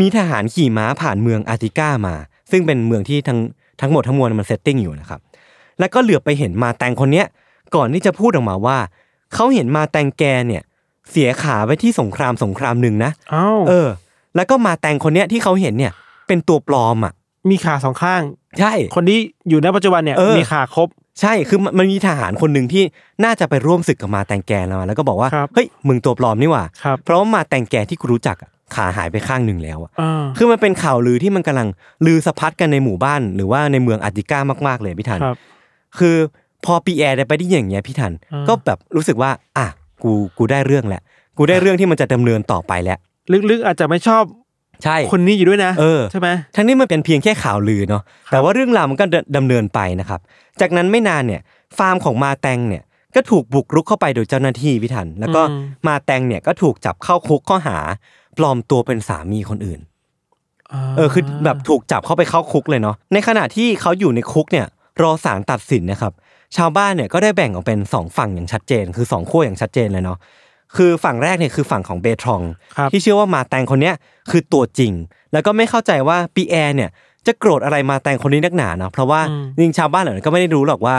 S2: มีทหารขี่ม้าผ่านเมืองอาร์ติก้ามา ซึ่งเป็นเมืองที่ทั้งทั้งหมดทั้งมวลมันเซตติ้งอยู่นะครับ แล้วก็เหลือบไปเห็นมาแตงคนเนี้ยก่อนที่จะพูดออกมาว่า เขาเห็นมาแตงแกเนี่ยเสียขาไปที่สงครามสงครามหนึ่งนะ
S3: เอ้า
S2: เออ แล้วก็มาแตงคนเนี้ยที่เขาเห็นเนี่ยเป็นตัวปลอมอ่ะ
S3: มีขาสองข้าง
S2: ใช่
S3: คนที่อยู่ในปัจจุบันเนี่ย
S2: เออ
S3: มีขาครบ
S2: ใช่ คือมันมันมีทหารคนหนึ่งที่น่าจะไปร่วมศึกกับมาแตงแกแล้วอะแล้วก็บอกว่า
S3: ครับ
S2: เฮ้ย มึงตัวปลอมนี่หว่า
S3: ครับ
S2: เพราะว่ามาแตงแกที่กูรู้จักอะขาหายไปข้างหนึ่งแล้วอะ
S3: อ่า
S2: คือมันเป็นข่าวลือที่มันกำลังลือสะพัดกันในหมู่บ้าน หรือว่าในเมืองอาร์ติก้ามากๆเลยพี่ทัน
S3: ครับ
S2: คือพอปีแอร์ได้ไปได้อย่างเงี้ยพี่ทัน
S3: อ่า
S2: ก็แบบรู้สึกว่า อ่ะ กู กูได้เรื่องแหละ กูได้เรื่องที่มันจะดำเนินต่อไปแล้ว
S3: ลึกๆอาจจะไม่ชอบ
S2: ใช่
S3: คนนี้อยู่ด้วยนะ
S2: เออ
S3: ใช่ไหม
S2: ทั้งนี้มันเป็นเพียงแค่ข่าวลือเนาะ แต่ว่าเรื่องราวมันก็ดำดำเนินไปนะครับ จากนั้นไม่นานเนี่ยฟาร์มของมาแตงเนี่ยก็ถูกบุกรุกเข้าไปโดยเจ้าหน้าที่พิทัน แล้วก็
S3: อืม
S2: มาแตงเนี่ยก็ถูกจับเข้าคุกข้อหา ปลอมตัวเป็นสามีคนอื่น เออคือแบบถูกจับเข้าไปเข้าคุกเลยเนาะ ในขณะที่เขาอยู่ในคุกเนี่ยรอศาลตัดสินนะครับ ชาวบ้านเนี่ยก็ได้แบ่งออกเป็นสองฝั่งอย่างชัดเจน คือสองขั้วอย่างชัดเจนเลยเนาะ คือฝั่งแรกเนี่ยคือฝั่งของเบทรอง
S3: ครับ
S2: ที่เชื่อว่ามาแตงคนเนี้ยคือตัวจริง แล้วก็ไม่เข้าใจว่าปีแอร์เนี่ยจะโกรธอะไรมาแตงคนนี้นักหนาเนาะเพราะว่า
S3: อืม
S2: จริงๆชาวบ้านเหล่านั้นก็ไม่ได้รู้หรอกว่า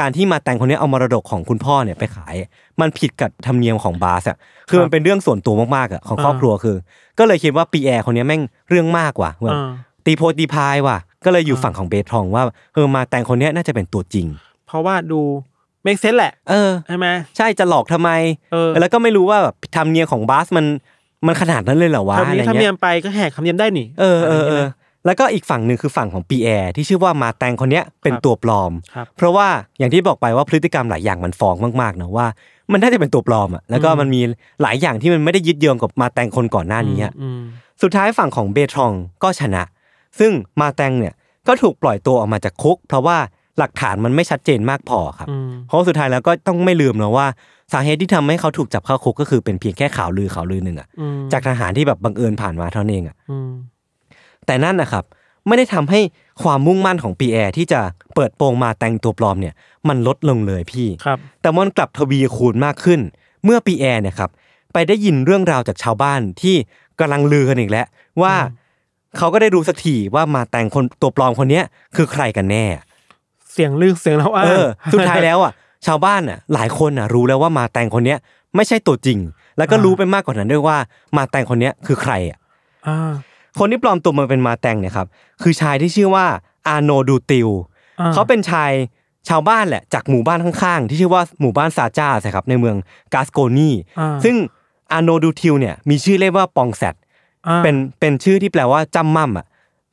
S2: การที่มาแต่งคนเนี้ยเอามรดกของคุณพ่อเนี่ยไปขาย มันผิดกับธรรมเนียมของบาสอะคือมันเป็นเรื่องส่วนตัวมากๆอะของครอบครัวคือ ก็เลยคิดว่าปีแอร์คนเนี้ยแม่งเรื่องมากว่ะแบบ
S3: อ่า
S2: ตีโพยตีพายว่ะ ก็เลยอยู่ฝั่งของเบทองว่าเออมาแต่งคนเนี้ยน่าจะเป็นตัวจริง
S3: เพราะว่าดูเมกเซนแหละ
S2: เออ
S3: ใช่ไหม
S2: ใช่จะหลอกทำไม
S3: เออ
S2: แล้วก็ไม่รู้ว่าแบบธรรมเนียมของบาสมันมันขนาดนั้นเลยเหรอวะ
S3: ทำ
S2: อะ
S3: นี้
S2: ไร
S3: ทำเนี
S2: เงี้
S3: ย
S2: ย
S3: มไปก็แหกคำเนียมได้นี่
S2: เออเออเออแล้วก็อีกฝั่งหนึ่งคือฝั่งของปีแอร์ที่ชื่อว่ามาแตงคนเนี้ยเป็น
S3: ครับ
S2: ตัวปลอม
S3: ครับ
S2: เพราะว่าอย่างที่บอกไปว่าพฤติกรรมหลายอย่างมันฟ้องมากๆนะว่า มันน่าจะเป็นตัวปลอมอ่ะแล้วก็มันมีหลายอย่างที่มันไม่ได้ยึดโยงกับมาแตงคนก่อนหน้านี้อะ
S3: อืม
S2: สุดท้ายฝั่งของเบทรองก็ชนะ ซึ่งมาแตงเนี่ยก็ถูกปล่อยตัวออกมาจากคุก เพราะว่าหลักฐานมันไม่ชัดเจนมากพอครับ
S3: อืม
S2: เพราะสุดท้ายแล้วก็ต้องไม่ลืมนะว่าสาเหตุที่ทำให้เขาถูกจับเข้าคุกก็คือเป็นเพียงแค่ข่าวลือข่าวลือหนึ่งอะ
S3: อืม
S2: จากทหารที่แบบบังเอิญผ่านมาเท่านั้นเองอะ
S3: อืม
S2: แต่นั่นนะครับไม่ได้ทำให้ความมุ่งมั่นของปีแอร์ที่จะเปิดโปงมาแต่งตัวปลอมเนี่ย มันลดลงเลยพี่
S3: ครับ
S2: แต่มันกลับทวีคูณมากขึ้น เมื่อปีแอร์เนี่ยครับไปได้ยินเรื่องราวจากชาวบ้านที่กำลังลือกันอีกแล้วว่าเขาก็ได้รู้สักทีว่ามาแต่งคนตัวปลอมคนเนี้ยคือใครกันแน่
S3: เสียงลือเสียงเราอ้า
S2: เออ
S3: ง
S2: สุดท้ายแล้วอ่ะ ชาวบ้านอ่ะ หลายคนอ่ะ รู้แล้วว่ามาแตงคนเนี้ย ไม่ใช่ตัวจริง แล้วก็
S3: อ่ารู้
S2: รู้ไปมากกว่านั้นด้วยว่ามาแตงคนเนี้ยคือใครอ่ะ
S3: อ่า
S2: คนที่ปลอมตัวมาเป็นมาแตงเนี่ยครับ คือชายที่ชื่อว่าอาโนดูติล
S3: อ่
S2: เขาเป็นชายชาวบ้านแหละจากหมู่บ้านข้างๆ ที่ชื่อว่าหมู่บ้านซาจ้าใช่ครับในเมืองกาสโกนี
S3: อ่า
S2: ซึ่งอาโนดูติลเนี่ยมีชื่อเรียกว่าปองแซด
S3: อ่า
S2: เป็นเป็นชื่อที่แปลว่าจำมั่มอ่ะ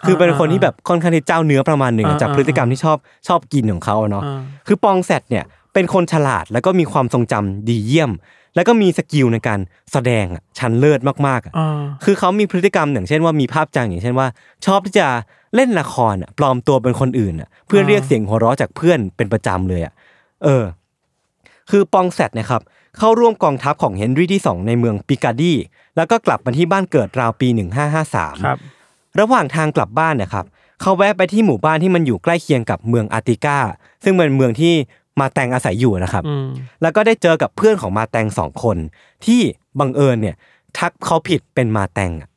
S2: คือเป็นคนที่แบบค่อนข้างที่เจ้าเนื้อประมาณหนึ่งอะ
S3: อ่า
S2: จากพฤติกรรมที่ชอบชอบกินของเขาอะเนาะ
S3: อ่า
S2: คือปองแซดเนี่ยเป็นคนฉลาดแล้วก็มีความทรงจำดีเยี่ยม แล้วก็มีสกิลในการแสดงอะชั้นเลิศมากๆอะ
S3: อ่า
S2: คือเขามีพฤติกรรมอย่างเช่นว่ามีภาพจำอย่างเช่นว่า ชอบที่จะเล่นละครอะปลอมตัวเป็นคนอื่นอะเพื่อเรียกเสียงหัวเราะจากเพื่อนเป็นประจำเลยอ่ะ เออ คือปองแซดเนะครับเข้าร่วมกองทัพของเฮนรี่ที่ 2 ในเมืองปิกาดีแล้วก็กลับมาที่บ้านเกิดราวปี 1553
S3: ครับ
S2: ระหว่างทางกลับบ้านเนะครับเขาแวะไปที่หมู่บ้านที่มันอยู่ใกล้เคียงกับเมืองอาร์ติก้า ซึ่งเป็นเมืองที่มาแตงอาศัยอยู่นะครับ
S3: อืม
S2: แล้วก็ได้เจอกับเพื่อนของมาแตงสองคน ที่บังเอิญเนี่ย ทักเขาผิดเป็นมาแตงอะ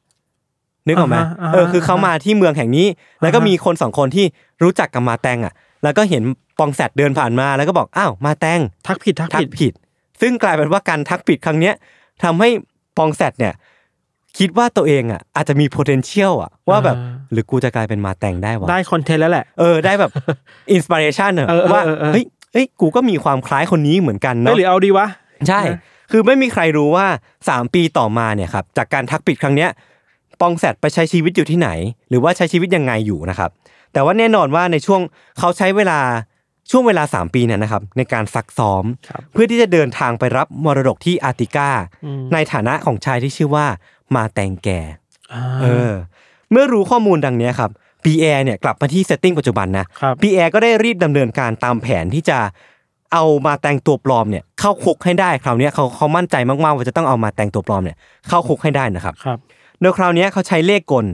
S2: นึกออกไหมา
S3: ฮะอ่าฮะ
S2: เออคือเขามาที่เมืองแห่งนี้ แล้วก็มีคนสองคนที่รู้จักกับมาแตงอ่ะ แล้วก็เห็นปองแซดเดินผ่านมาแล้วก็บอกอ้าวมาแตง
S3: ทักผิดทัก
S2: ทั
S3: ผิ
S2: ก
S3: ด
S2: ผิด ซึ่งกลายเป็นว่าการทักผิดครั้งเนี้ยทำให้ปองแซดเนี่ย คิดว่าตัวเองอ่ะอาจจะมี potential อ่ะว่าแบบ
S3: อ่า
S2: หรือกูจะกลายเป็นมาแต่งได้วะ
S3: ได้คอนเทนต์แล้วแหละ
S2: เออได้แบบ inspiration อะ
S3: เออเออเออ
S2: ว่า
S3: เออเออ
S2: เฮ้ยเฮ้ยกูก็มีความคล้ายคนนี้เหมือนกัน
S3: ไม่
S2: เนาะ
S3: หรือเอาดีวะ
S2: ใช่
S3: นะ
S2: คือไม่มีใครรู้ว่า 3 ปีต่อมาเนี่ยครับจากการทักผิดครั้งเนี้ยปองแซดไปใช้ชีวิตอยู่ที่ไหน หรือว่าใช้ชีวิตยังไงอยู่นะครับ แต่ว่าแน่นอนว่าในช่วงเขาใช้เวลาช่วงเวลา 3 ปีเนี่ยนะครับในการซักซ้อม
S3: ครับ
S2: เพื่อที่จะเดินทางไปรับมรดกที่อาร์ติก้า
S3: อืม
S2: ในฐานะของชายที่ชื่อว่ามาแตงแก
S3: อ่า
S2: เออ เมื่อรู้ข้อมูลดังเนี้ยครับปีแอเนี่ยกลับมาที่เซตติ้งปัจจุบันนะครับ ปีแอก็ได้รีบดำเนินการตามแผนที่จะเอามาแตงตัวปลอมเนี่ยเข้าคุกให้ได้คราวเนี้ยเขาเขามั่นใจมากๆว่าจะต้องเอามาแตงตัวปลอมเนี่ยเข้าคุกให้ได้นะครับ
S3: ครับ
S2: โดยคราวเนี้ยเขาใช้เลขกล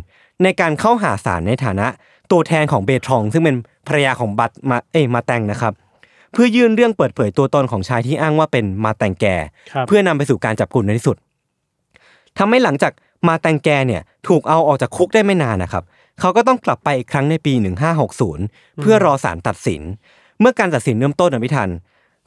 S2: ในการเข้าหาศาลในฐานะ ตัวแทนของเบทรอง ซึ่งเป็นภรรยาของบัตมาเอยมาแตงนะครับ เพื่อยื่นเรื่องเปิดเผยตัวตนของชายที่อ้างว่าเป็นมาแตงแก
S3: ครับ
S2: เพื่อนำไปสู่การจับกลุ่มในที่สุดทำให้หลังจากมาแตงแกเนี่ยถูกเอาออกจากคุกได้ไม่นานนะครับ เขาก็ต้องกลับไปอีกครั้งในปี 1560 เพื่อรอศาลตัดสิน เมื่อการตัดสินเริ่มต้นอภิทัน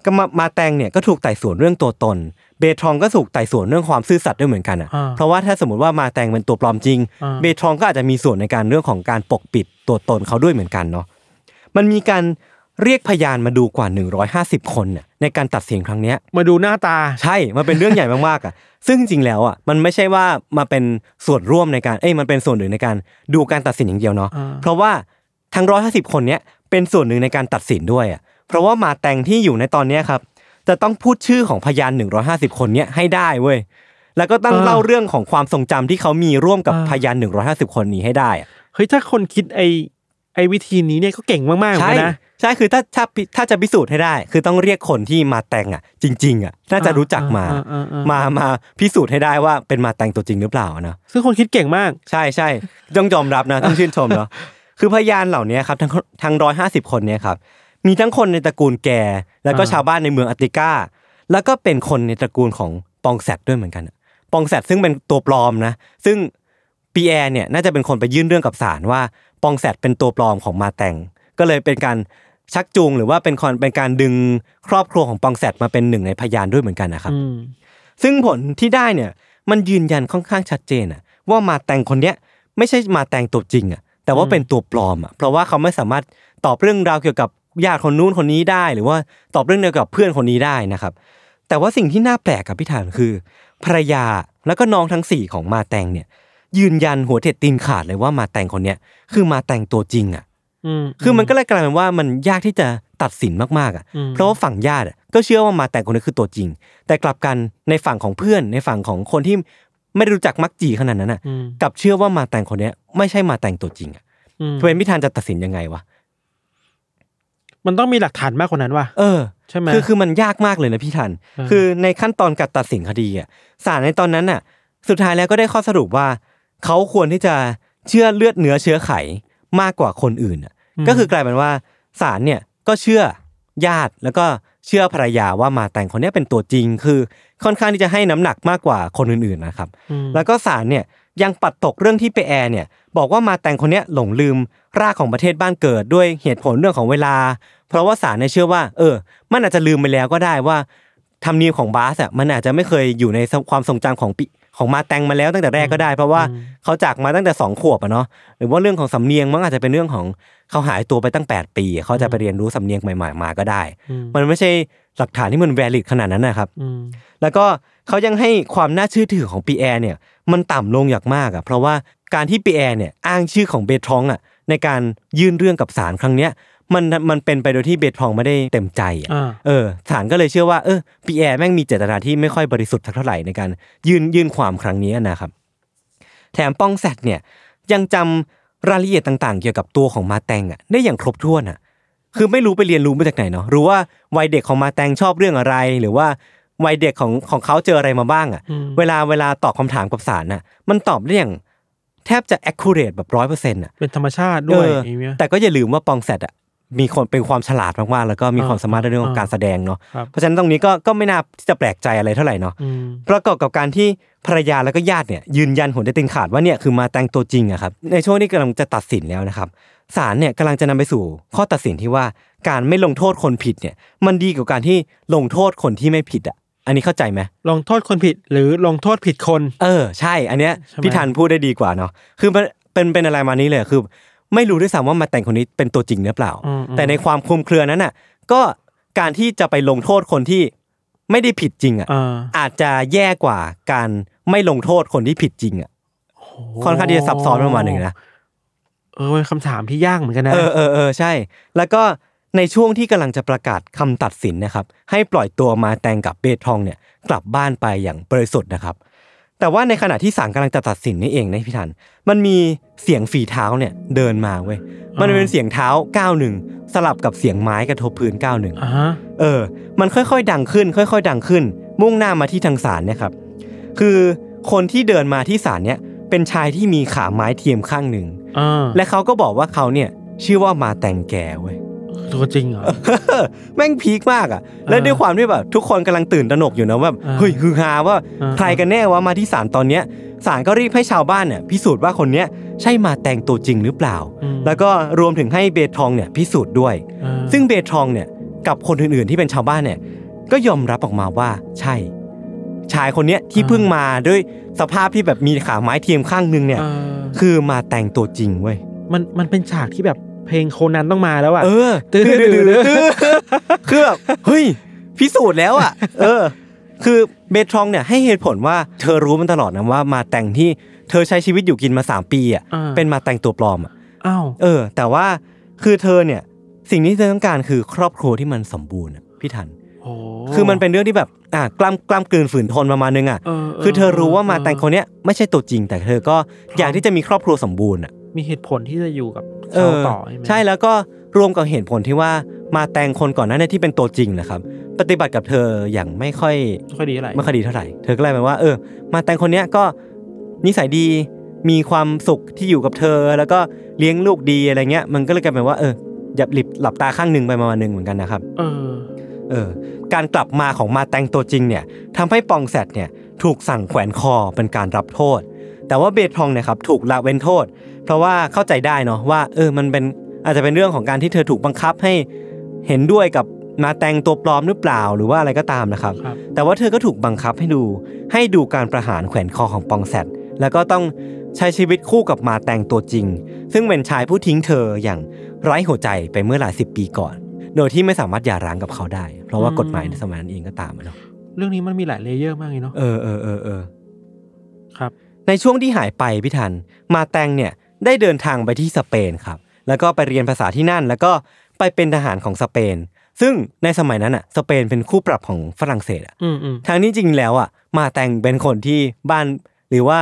S2: ก็มามาแตงเนี่ยก็ถูกไต่สวนเรื่องตัวตน เบทรองก็ถูกไต่สวนเรื่องความซื่อสัตย์ด้วยเหมือนกันอ่ะ
S3: อ่า
S2: เพราะว่าถ้าสมมติว่ามาแตงเป็นตัวปลอมจริง
S3: อ่า
S2: เบทรองก็อาจจะมีส่วนในการเรื่องของการปกปิดตัวตนเขาด้วยเหมือนกันเนาะ มันมีการเรียกพยานมาดูกว่า 150 คนน่ะในการตัดสินครั้งเนี้ย
S3: มาดูหน้าตา
S2: ใช่ มันเป็นเรื่องใหญ่มากๆอ่ะ ซึ่งจริงๆแล้วอ่ะ มันไม่ใช่ว่ามาเป็นส่วนร่วมในการ เอ้ย มันเป็นส่วนหนึ่งในการดูการตัดสินอย่างเดียวเนาะ
S3: อ่า
S2: เพราะว่าทั้งร้อยห้าสิบคนเนี้ยเป็นส่วนหนึ่งในการตัดสินด้วยอ่ะ เพราะว่ามาแต่งที่อยู่ในตอนเนี้ยครับ จะต้องพูดชื่อของพยานหนึ่งร้อยห้าสิบคนเนี้ยให้ได้เว้ย แล้วก็ต้องเล่าเรื่องของความทรงจำที่เขามีร่วมกับพยานหนึ่งร้อยห้าสิบคนนี้ให้ได้อ่ะ
S3: เฮ้ยถ้าคนคิดไอไอวิธีนี้เนี่ยก็เก่งมากๆเหมือน
S2: ใช่
S3: กันนะ
S2: ใช่คือถ้าถ้าถ้าจะพิสูจน์ให้ได้ คือต้องเรียกคนที่มาแต่งอ่ะ จริง ๆอ่ะน่าจะรู้จักมา
S3: อ่าอ่าอ่า
S2: มามาพิสูจน์ให้ได้ว่าเป็นมาแต่งตัวจริงหรือเปล่านะ
S3: ซึ่งคนคิดเก่งมาก
S2: ใช่ใช่ต้องยอมรับนะ ต้องชื่นชมเนาะคือพยานเหล่านี้ครับทั้งทั้งร้อยห้าสิบคนเนี่ยครับมีทั้งคนในตระกูลแกแล้วก็
S3: อ่า
S2: ชาวบ้านในเมืองอัตติก้า แล้วก็เป็นคนในตระกูลของปองแซดด้วยเหมือนกันอะปองแซดซึ่งเป็นตัวปลอมนะ ซึ่งปีแอเนี่ยน่าจะเป็นคนไปยื่นเรื่องกับศาลว่าปองแซดเป็นตัวปลอมของมาแตงก็เลยเป็นการ ชักจูงหรือว่าเป็นคอนเป็นการดึงครอบครัวของปองแซดมาเป็นหนึ่งในพยานด้วยเหมือนกันนะครับ
S3: อืม
S2: ซึ่งผลที่ได้เนี่ยมันยืนยันค่อนข้างชัดเจนอะว่ามาแตงคนเนี้ยไม่ใช่มาแตงตัวจริงอะแต่ว่า
S3: อืม
S2: เป็นตัวปลอมอะเพราะว่าเขาไม่สามารถตอบเรื่องราวเกี่ยวกับญาติคนนู้นคนนี้ได้ หรือว่าตอบเรื่องเดียวกับเพื่อนคนนี้ได้นะครับ แต่ว่าสิ่งที่น่าแปลกกับพี่ฐานคือภรรยาแล้วก็น้องทั้งสี่ของมาแตงเนี่ย ยืนยันหัวเท็ดตีนขาดเลยว่ามาแตงคนเนี้ยคือมาแตงตัวจริงอะ
S3: อืม
S2: คือมันก็เลยกลายเป็นว่ามันยากที่จะตัดสินมากๆอ่ะ
S3: อืม
S2: เพราะว่าฝั่งญาติอะก็เชื่อว่ามาแต่งคนนี้คือตัวจริง แต่กลับกันในฝั่งของเพื่อนในฝั่งของคนที่ไม่ได้รู้จักมักจีขนาดนั้นอ่ะ
S3: อืม
S2: กลับเชื่อว่ามาแต่งคนเนี้ยไม่ใช่มาแต่งตัวจริงอ่ะ
S3: อืม
S2: เป็นพิธานจะตัดสินยังไงวะ
S3: มันต้องมีหลักฐานมากกว่านั้นว่ะ
S2: เออ
S3: ใช่ไหม
S2: คือคือมันยากมากเลยนะพี่ทัน
S3: เออ
S2: คือในขั้นตอนการตัดสินคดีอ่ะศาลในตอนนั้นน่ะ สุดท้ายแล้วก็ได้ข้อสรุปว่า เขาควรที่จะเชื่อเลือดเนื้อเชื้อไขมากกว่าคนอื่นอ่ะ ก็คือกลายเป็นว่าศาลเนี่ยก็เชื่อญาติแล้วก็เชื่อภรรยาว่ามาแต่งคนเนี้ยเป็นตัวจริง คือค่อนข้างที่จะให้น้ำหนักมากกว่าคนอื่นๆนะครับ
S3: ม
S2: แล้วก็ศาลเนี่ยยังปัดตกเรื่องที่ไปแอร์เนี่ยบอกว่ามาแต่งคนเนี้ยหลงลืมรากของประเทศบ้านเกิดด้วยเหตุผลเรื่องของเวลา เพราะว่าศาลเนี่ยเชื่อว่า เออ มันอาจจะลืมไปแล้วก็ได้ว่าธรรมเนียมของบาสอ่ะมันอาจจะไม่เคยอยู่ในความทรงจำของปิของมาแตงมาแล้วตั้งแต่แรกก็ได้ เพราะว่าเขาจากมาตั้งแต่สองขวบอะเนาะหรือว่าเรื่องของสำเนียงมันอาจจะเป็นเรื่องของเขาหายตัวไปตั้ง 8 ปี เขาจะไปเรียนรู้สำเนียงใหม่ๆมาก็ได้
S3: อืม
S2: มันไม่ใช่หลักฐานที่มันแวลิดขนาดนั้นนะครับ
S3: อืม
S2: แล้วก็เขายังให้ความน่าเชื่อถือของปีแอร์เนี่ยมันต่ำลงอย่างมากอ่ะเพราะว่าการที่ปีแอร์เนี่ยอ้างชื่อของเบทรองอ่ะในการยื่นเรื่องกับศาลครั้งเนี้ยมันมันเป็นไปโดยที่เบทรองไม่ได้เต็มใจอ่ะ
S3: อ่า
S2: เออศาลก็เลยเชื่อว่าเออปีแอร์แม่งมีเจตนาที่ไม่ค่อยบริสุทธิ์สักเท่าไหร่ในการยื่นยื่นความครั้งนี้นะครับ แถมป้องแซดเนี่ยยังจำรายละเอียดต่าง ๆ เกี่ยวกับตัวของมาแตงอ่ะได้อย่างครบถ้วนอ่ะ คือไม่รู้ไปเรียนรู้มาจากไหนเนาะรู้ว่าวัยเด็กของมาแตงชอบเรื่องอะไร หรือว่าวัยเด็กของของเขาเจออะไรมาบ้างอะ่ะ
S3: อืม
S2: เวลาเวลาตอบคำถามกับสารน่ะ มันตอบได้อย่างแทบจะ accurate แบบร้อยเปอร์เซ็นต์อ่ะ
S3: เป็นธรรมชาติด้วย
S2: เออ
S3: อย่างเงี้ย
S2: แต่ก็อย่าลืมว่าปองแซดอ่ะมีคนเป็นความฉลาดมากๆแล้วก็มีความสามารถในเรื่องของการแสดงเนาะ
S3: ครับ
S2: เพราะฉะนั้นตรงนี้ก็ก็ไม่น่าที่จะแปลกใจอะไรเท่าไหร่เนาะ
S3: อืม
S2: ประกอบกับการที่ภรรยาแล้วก็ญาติเนี่ยยืนยันหัวใจติงขาดว่าเนี่ยคือมาแต่งตัวจริงอะครับในช่วงที่กำลังจะตัดสินแล้วนะครับศาลเนี่ยกำลังจะนำไปสู่ข้อตัดสินที่ว่าการไม่ลงโทษคนผิดเนี่ยมันดีกว่าการที่ลงโทษคนที่ไม่ผิดอะอันนี้เข้าใจไหม
S3: ลงโทษคนผิดหรือลงโทษผิดคน
S2: เออใช่ อันเนี้ย
S3: ใช่ไหม
S2: พี่ธันพูดได้ดีกว่าเนาะคือมันเป็นเป็นอะไรมานี้เลยคือ ไม่รู้ด้วยซ้ำว่ามาแต่งคนนี้เป็นตัวจริงหรือเปล่า
S3: อืม
S2: แต่ในความคลุมเครือนั้นน่ะก็การที่จะไปลงโทษคนที่ไม่ได้ผิดจริงอะ
S3: อ่า
S2: อาจจะแย่กว่าการไม่ลงโทษคนที่ผิดจริงอ่ะ
S3: โ
S2: ค่อนข้างที่จะซับซ้อนประมาณหนึ่งนะ
S3: เออเป็นคำถามที่ยากเหมือนกันนะ
S2: เออเออเออใช่ แล้วก็ในช่วงที่กำลังจะประกาศคำตัดสินนะครับ ให้ปล่อยตัวมาแตงกับเบททองเนี่ย กลับบ้านไปอย่างบริสุทธิ์นะครับ แต่ว่าในขณะที่ศาลกำลังจะตัดสินนี่เองนะพี่ทัน มันมีเสียงฝีเท้าเนี่ยเดินมาเว้ยมันเป็นเสียงเท้าก้าวหนึ่งสลับกับเสียงไม้กระทบพื้นก้าวหนึ่ง
S3: อ่าฮะ
S2: เออ มันค่อยๆ ดังขึ้น ค่อย ๆ ดังขึ้น มุ่งหน้ามาที่ทางศาลเนี่ยครับ คือคนที่เดินมาที่ศาลเนี่ย เป็นชายที่มีขาไม้เทียมข้างหนึ่ง
S3: อ่า
S2: และเขาก็บอกว่าเขาเนี่ยชื่อว่ามาแตงแกเว้ย
S3: ตัวจริงเหรอ
S2: แม่งพีคมากอ่ะ และด้วยความที่แบบทุกคนกำลังตื่นตระหนกอยู่นะว่าแบบ
S3: อ่า
S2: เฮ้ยฮือฮาว่า
S3: อ่า
S2: ใครกันแน่ว่ามาที่ศาลตอนเนี้ยศาลก็รีบให้ชาวบ้านเนี่ยพิสูจน์ว่าคนเนี้ยใช่มาแตงตัวจริงหรือเปล่า
S3: ม
S2: แล้วก็รวมถึงให้เบทองเนี่ยพิสูจน์ด้วย
S3: อ่า
S2: ซึ่งเบทรองเนี่ยกับคนอื่นๆที่เป็นชาวบ้านเนี่ยก็ยอมรับออกมาว่าใช่ ชายคนเนี้ยที่เพิ่งมาด้วยสภาพที่แบบมีขาไม้เทียมข้างหนึงเนี่ย
S3: เออ
S2: คือมาแต่งตัวจริงเว้ย
S3: มันมันเป็นฉากที่แบบเพลงโคนันต้องมาแล้วอ่ะ
S2: เออ
S3: ตื้อ
S2: ตื้อตื้อตื้อ
S3: ตื้อ
S2: คือแบบเฮ้ยพิสูจน์แล้ว อ่ะ เออ คือเบทรองเนี่ยให้เหตุผลว่าเธอรู้มันตลอดนะว่ามาแต่งที่เธอใช้ชีวิตอยู่กินมาสามปีอ่ะ
S3: อ่า
S2: เป็นมาแต่งตัวปลอมอ่ะ
S3: อ้าว
S2: เออ แต่ว่าคือเธอเนี่ยสิ่งที่เธอต้องการคือครอบครัวที่มันสมบูรณ์อะพี่ทัน
S3: โอ้
S2: คือมันเป็นเรื่องที่แบบอ่ะกล้ำกล้ำกลืนฝืนทนประมาณนึงอ่ะ
S3: เ
S2: คือเธอรู้ว่ามาแตงคนเนี้ยไม่ใช่ตัวจริง แต่เธอก็อยากที่จะมีครอบครัวสมบูรณ์อ่ะ
S3: มีเหตุผลที่จะอยู่กับ
S2: เอ
S3: เขา
S2: อ
S3: ต่อใช่ไหม
S2: ใช่แล้วก็รวมกับเหตุผลที่ว่ามาแตงคนก่อนหน้าเนี้ที่เป็นตัวจริงนะครับ ปฏิบัติกับเธออย่างไม่ค่อย
S3: ไม่ค่อยดีอะไร
S2: ไม่ค่อยดีเท่าไหร่ เธอก็เลยแบบว่าเออ มาแตงคนเนี้ยก็นิสัยดีมีความสุขที่อยู่กับเธอ แล้วก็เลี้ยงลูกดีอะไรเงี้ย มันก็เลยกลายเป็นว่าเออหยับหลิบหลับตาข้างหนึ่งไปประมาณนึงเหมือนกันนะครับ
S3: เออ
S2: เออการกลับมาของมาแตงตัวจริงเนี่ยทำให้ปองแซดเนี่ยถูกสั่งแขวนคอเป็นการรับโทษ แต่ว่าเบทองเนี่ยครับถูกละเว้นโทษ เพราะว่าเข้าใจได้เนาะว่าเออมันเป็นอาจจะเป็นเรื่องของการที่เธอถูกบังคับให้ เห็นด้วยกับมาแตงตัวปลอมหรือเปล่าหรือว่าอะไรก็ตามนะครับ
S3: ครับ
S2: แต่ว่าเธอก็ถูกบังคับให้ดูให้ดูการประหารแขวนคอของปองแซดแล้วก็ต้องใช้ชีวิตคู่กับมาแตงตัวจริง ซึ่งเป็นชายผู้ทิ้งเธออย่างไร้หัวใจไปเมื่อหลายสิบปีก่อน โดยที่ไม่สามารถหย่าร้างกับเขาได้ เพราะว่ากฎหมายในสมัยนั้นเองก็ตามอะเนาะ
S3: เรื่องนี้มันมีหลายเลเยอร์มากเลยเนาะ
S2: เออเออเออเออ
S3: ครับ
S2: ในช่วงที่หายไปพี่ทัน มาแตงเนี่ยได้เดินทางไปที่สเปนครับ แล้วก็ไปเรียนภาษาที่นั่น แล้วก็ไปเป็นทหารของสเปน ซึ่งในสมัยนั้นอ่ะสเปนเป็นคู่ปรับของฝรั่งเศสอ่ะ
S3: อืมอืม
S2: ทางนี้จริงแล้วอ่ะมาแตงเป็นคนที่บ้านหรือว่า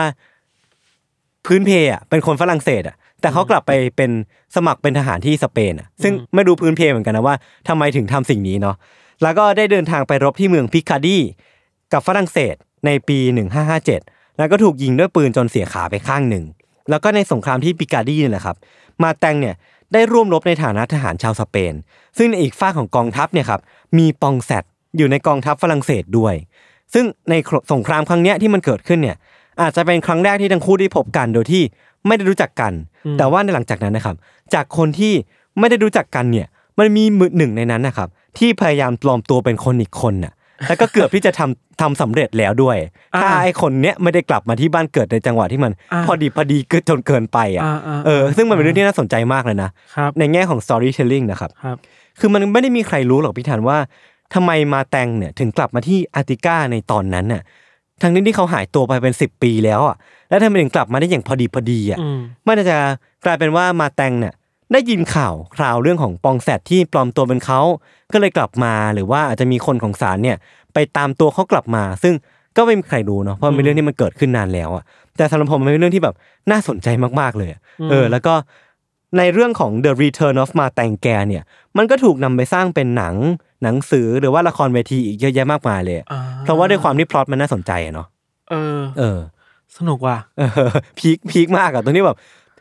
S2: พื้นเพอ่ะเป็นคนฝรั่งเศสอ่ะ แต่เขากลับไปเป็นสมัครเป็นทหารที่สเปนอ่ะ ซึ่งไม่รู้พื้นเพเหมือนกันนะว่าทำไมถึงทำสิ่งนี้เนาะแล้วก็ได้เดินทางไปรบที่เมืองพิคาดี กับฝรั่งเศสในปี 1557 แล้วก็ถูกยิงด้วยปืนจนเสียขาไปข้างหนึ่ง แล้วก็ในสงครามที่ปิกาดีนี่แหละครับ มาแตงเนี่ยได้ร่วมรบในฐานะทหารชาวสเปน ซึ่งในอีกฝ้ากของกองทัพเนี่ยครับมีปองแซดอยู่ในกองทัพฝรั่งเศสด้วย ซึ่งในสงครามครั้งเนี้ยที่มันเกิดขึ้นเนี่ยอาจจะเป็นครั้งแรกที่ทั้งคู่ได้พบกันโดยที่ไม่ได้รู้จักกัน แต่ว่าในหลังจากนั้นนะครับ จากคนที่ไม่ได้รู้จักกันเนี่ยมันมีมือหนึ่งในนั้นนะครับ ที่พยายามปลอมตัวเป็นคนอีกคนน่ะ แล้วก็เกือบที่จะทำทำสำเร็จแล้วด้วย ถ้า
S3: อ่า
S2: ไอ้คนเนี้ยไม่ได้กลับมาที่บ้านเกิดในจังหวะที่มัน
S3: อ่า
S2: พอดีพอดีเกินจนเกินไปอ่ะ
S3: อ่าอ่า
S2: เออซึ่งมันเป็นเรื่องที่น่าสนใจมากเลยนะ
S3: ครับ
S2: ในแง่ของ storytelling นะครับ
S3: ครับ
S2: คือมันไม่ได้มีใครรู้หรอกพี่ธันว่าทำไมมาแตงเนี่ยถึงกลับมาที่อาร์ติก้าในตอนนั้นน่ะทั้งนี้ที่เขาหายตัวไปเป็น 10 ปีแล้วอ่ะแล้วทำไมถึงกลับมาได้อย่างพอดีพอดีอ่ะ
S3: อืม
S2: มันอาจจะกลายเป็นว่ามาแตงเนี่ยได้ยินข่าวคราวเรื่องของปองแซดที่ปลอมตัวเป็นเขาก็เลยกลับมาหรือว่าอาจจะมีคนของศาลเนี่ยไปตามตัวเขากลับมา ซึ่งก็ไม่มีใครรู้เนาะเพราะมันเป็นเรื่องที่มันเกิดขึ้นนานแล้วอ่ะแต่สำหรับผมมันเป็นเรื่องที่แบบน่าสนใจมากๆเลยอะ เออแล้วก็ในเรื่องของ The Return of Ma แตงแกเนี่ย มันก็ถูกนำไปสร้างเป็นหนังหนังสือหรือว่าละครเวทีอีกเยอะแยะมากมายเลยอะ
S3: อ่
S2: เพราะว่าด้วยความที่พล็อตมันน่าสนใจอะเนาะ
S3: เออ
S2: เอ อ
S3: สนุกว่ะ
S2: เออพีคพีคมากอะตรงที่แบบ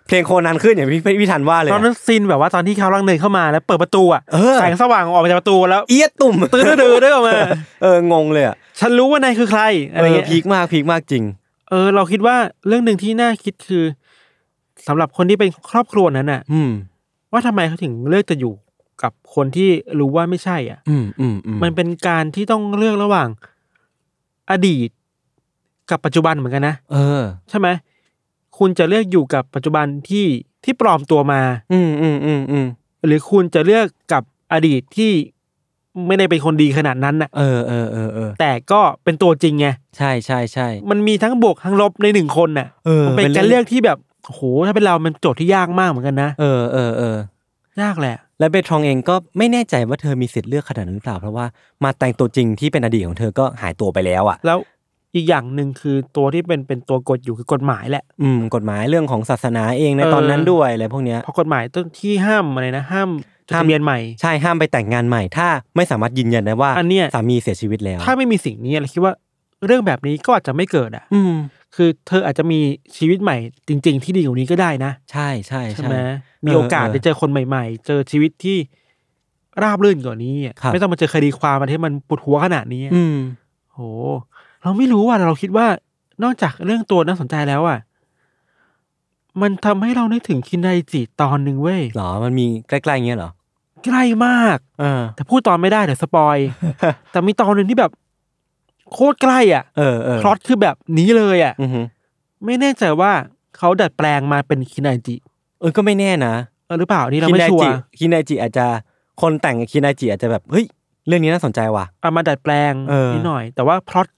S2: เพลงโคนันขึ้นอย่างพี่พี่ทันว่าเลย
S3: ตอนนั้
S2: อะ
S3: นซีนแบบว่าตอนที่เขาลังเดินเข้ามาแล้วเปิดประตูอ่ะ
S2: เออ
S3: แสงสว่างออกมาจากประตูแล้ว
S2: เอียด ตุ่ม
S3: ตื้อดื้อเด้อออกมา
S2: เอองงเลยอะ
S3: ฉันรู้ว่านายคือใครอะไร
S2: เออ
S3: เงี้ย
S2: พีคมากพีคมากจริง
S3: เออ เราคิดว่าเรื่องหนึ่งที่น่าคิดคือสำหรับคนที่เป็นครอบครัวนั้นน่ะ
S2: อืม
S3: ว่าทำไมเขาถึงเลือกจะอยู่กับคนที่รู้ว่าไม่ใช่อ่ะ
S2: อืมอืมอืม
S3: มันเป็นการที่ต้องเลือกระหว่างอดีตกับปัจจุบันเหมือนกันนะ
S2: เออ
S3: ใช่ไหม คุณจะเลือกอยู่กับปัจจุบันที่ที่ปลอมตัวมา
S2: อืมอืมอืมอืม
S3: หรือคุณจะเลือกกับอดีตที่ไม่ได้เป็นคนดีขนาดนั้นน่ะ
S2: เออเออเออเออ
S3: แต่ก็เป็นตัวจริงไง
S2: ใช่ใช่ใช่
S3: มันมีทั้งบวกทั้งลบในหนึ่งคนน่ะ
S2: เออ
S3: มันเป็
S2: เป็น
S3: น
S2: เรื่อง
S3: การเลือกที่แบบโอ้โหถ้าเป็นเรา มันโจทย์ที่ยากมากเหมือนกันนะ
S2: เออเออเออ
S3: ยากแหละ
S2: และเบทรองเองก็ไม่แน่ใจว่าเธอมีสิทธิ์เลือกขนาดนั้นหรือเปล่า เพราะว่ามาแต่งตัวจริงที่เป็นอดีตของเธอก็หายตัวไปแล้วอ่ะ
S3: แล้วอีกอย่างหนึ่งคือตัวที่เป็นเป็นตัวกดอยู่คือกฎหมายแหละ
S2: อืมกฎหมายเรื่องของศาสนาเองใน
S3: เออ
S2: ตอนนั้นด้วยอะไรพวกเนี้ย
S3: เพราะกฎหมายต้นที่ห้ามอะไรนะ ห้ามจด
S2: ห้าม
S3: ทะเบียนใหม่
S2: ใช่ห้ามไปแต่งงานใหม่ ถ้าไม่สามารถยืนยันได้ว่า
S3: อันเนี้ย
S2: สามีเสียชีวิตแล้ว
S3: ถ้าไม่มีสิ่งนี้เราคิดว่าเรื่องแบบนี้ก็อาจจะไม่เกิดอ่ะ
S2: อืม
S3: คือเธออาจจะมีชีวิตใหม่จริง ๆ ที่ดีกว่านี้ก็ได้นะ
S2: ใช่ใช่
S3: ใช่
S2: ใช่
S3: ไหมมีโอกาสได้เจอคนใหม่ ๆ เจอชีวิตที่ราบรื่นกว่านี้อะ
S2: ครับ
S3: ไม่ต้องมาเจอคดีความอะไรที่มันปวดหัวขนาดนี้อะ
S2: อืม
S3: โห เราไม่รู้ว่าเราคิดว่านอกจากเรื่องตัวน่าสนใจแล้วอ่ะมันทำให้เรานึกถึงคินไดจิตอนหนึ่งเว้ย
S2: หรอมันมีใกล้ๆอย่างเงี้ยเหรอ
S3: ใกล้มาก
S2: เออ
S3: แต่พูดตอนไม่ได้เดี๋ยวสปอย แต่มีตอนหนึ่งที่แบบโคตรใกล้อ่ะ
S2: เออเออ
S3: พล็อตคือแบบนี้เลยอ่ะ
S2: อือหือ
S3: ไม่แน่ใจว่าเขาดัดแปลงมาเป็นคินไดจิ
S2: เออก็ไม่แน่นะ
S3: เออหรือเปล่านี่เรา
S2: คิ
S3: ไม่
S2: นา
S3: ชัว
S2: จิ
S3: ร์
S2: คินาจิอาจจะคนแต่งกับคินาจิอาจจะแบบเฮ้ยเรื่องนี้น่าสนใจว่ะ
S3: เอามาดัดแปลง
S2: เออ
S3: นิดหน่อย แต่ว่าพล็อต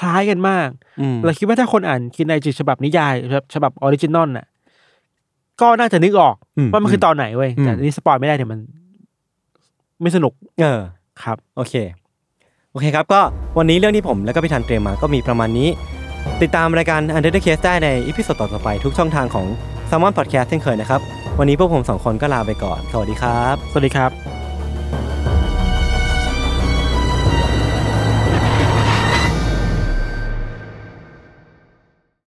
S3: คล้ายกันมาก
S2: อืม
S3: เราคิดว่าถ้าคนอ่านคินไดจิฉบับนิยายฉบับฉบับออริจินอลน่ะ ก็น่าจะนึกออก
S2: อืม
S3: ว่ามันคือตอนไหนเว้ย
S2: อืม
S3: แต่อันนี่สปอยไม่ได้เดี๋ยวมัน ไม่สนุก
S2: เออ
S3: ครับ
S2: โอเค โอเคครับ ก็วันนี้เรื่องที่ผมแล้วก็พี่ธันเตรียมมาก็มีประมาณนี้ ติดตามรายการ u n d e r t a Case ได้ในอีพิโซดต่อๆไปทุกช่องทางของ s ซ m o n Podcast เช่นเคยนะครับ วันนี้พวกผมสองคนก็ลาไปก่อน สวัสดีครับ
S3: สวัสดีครับ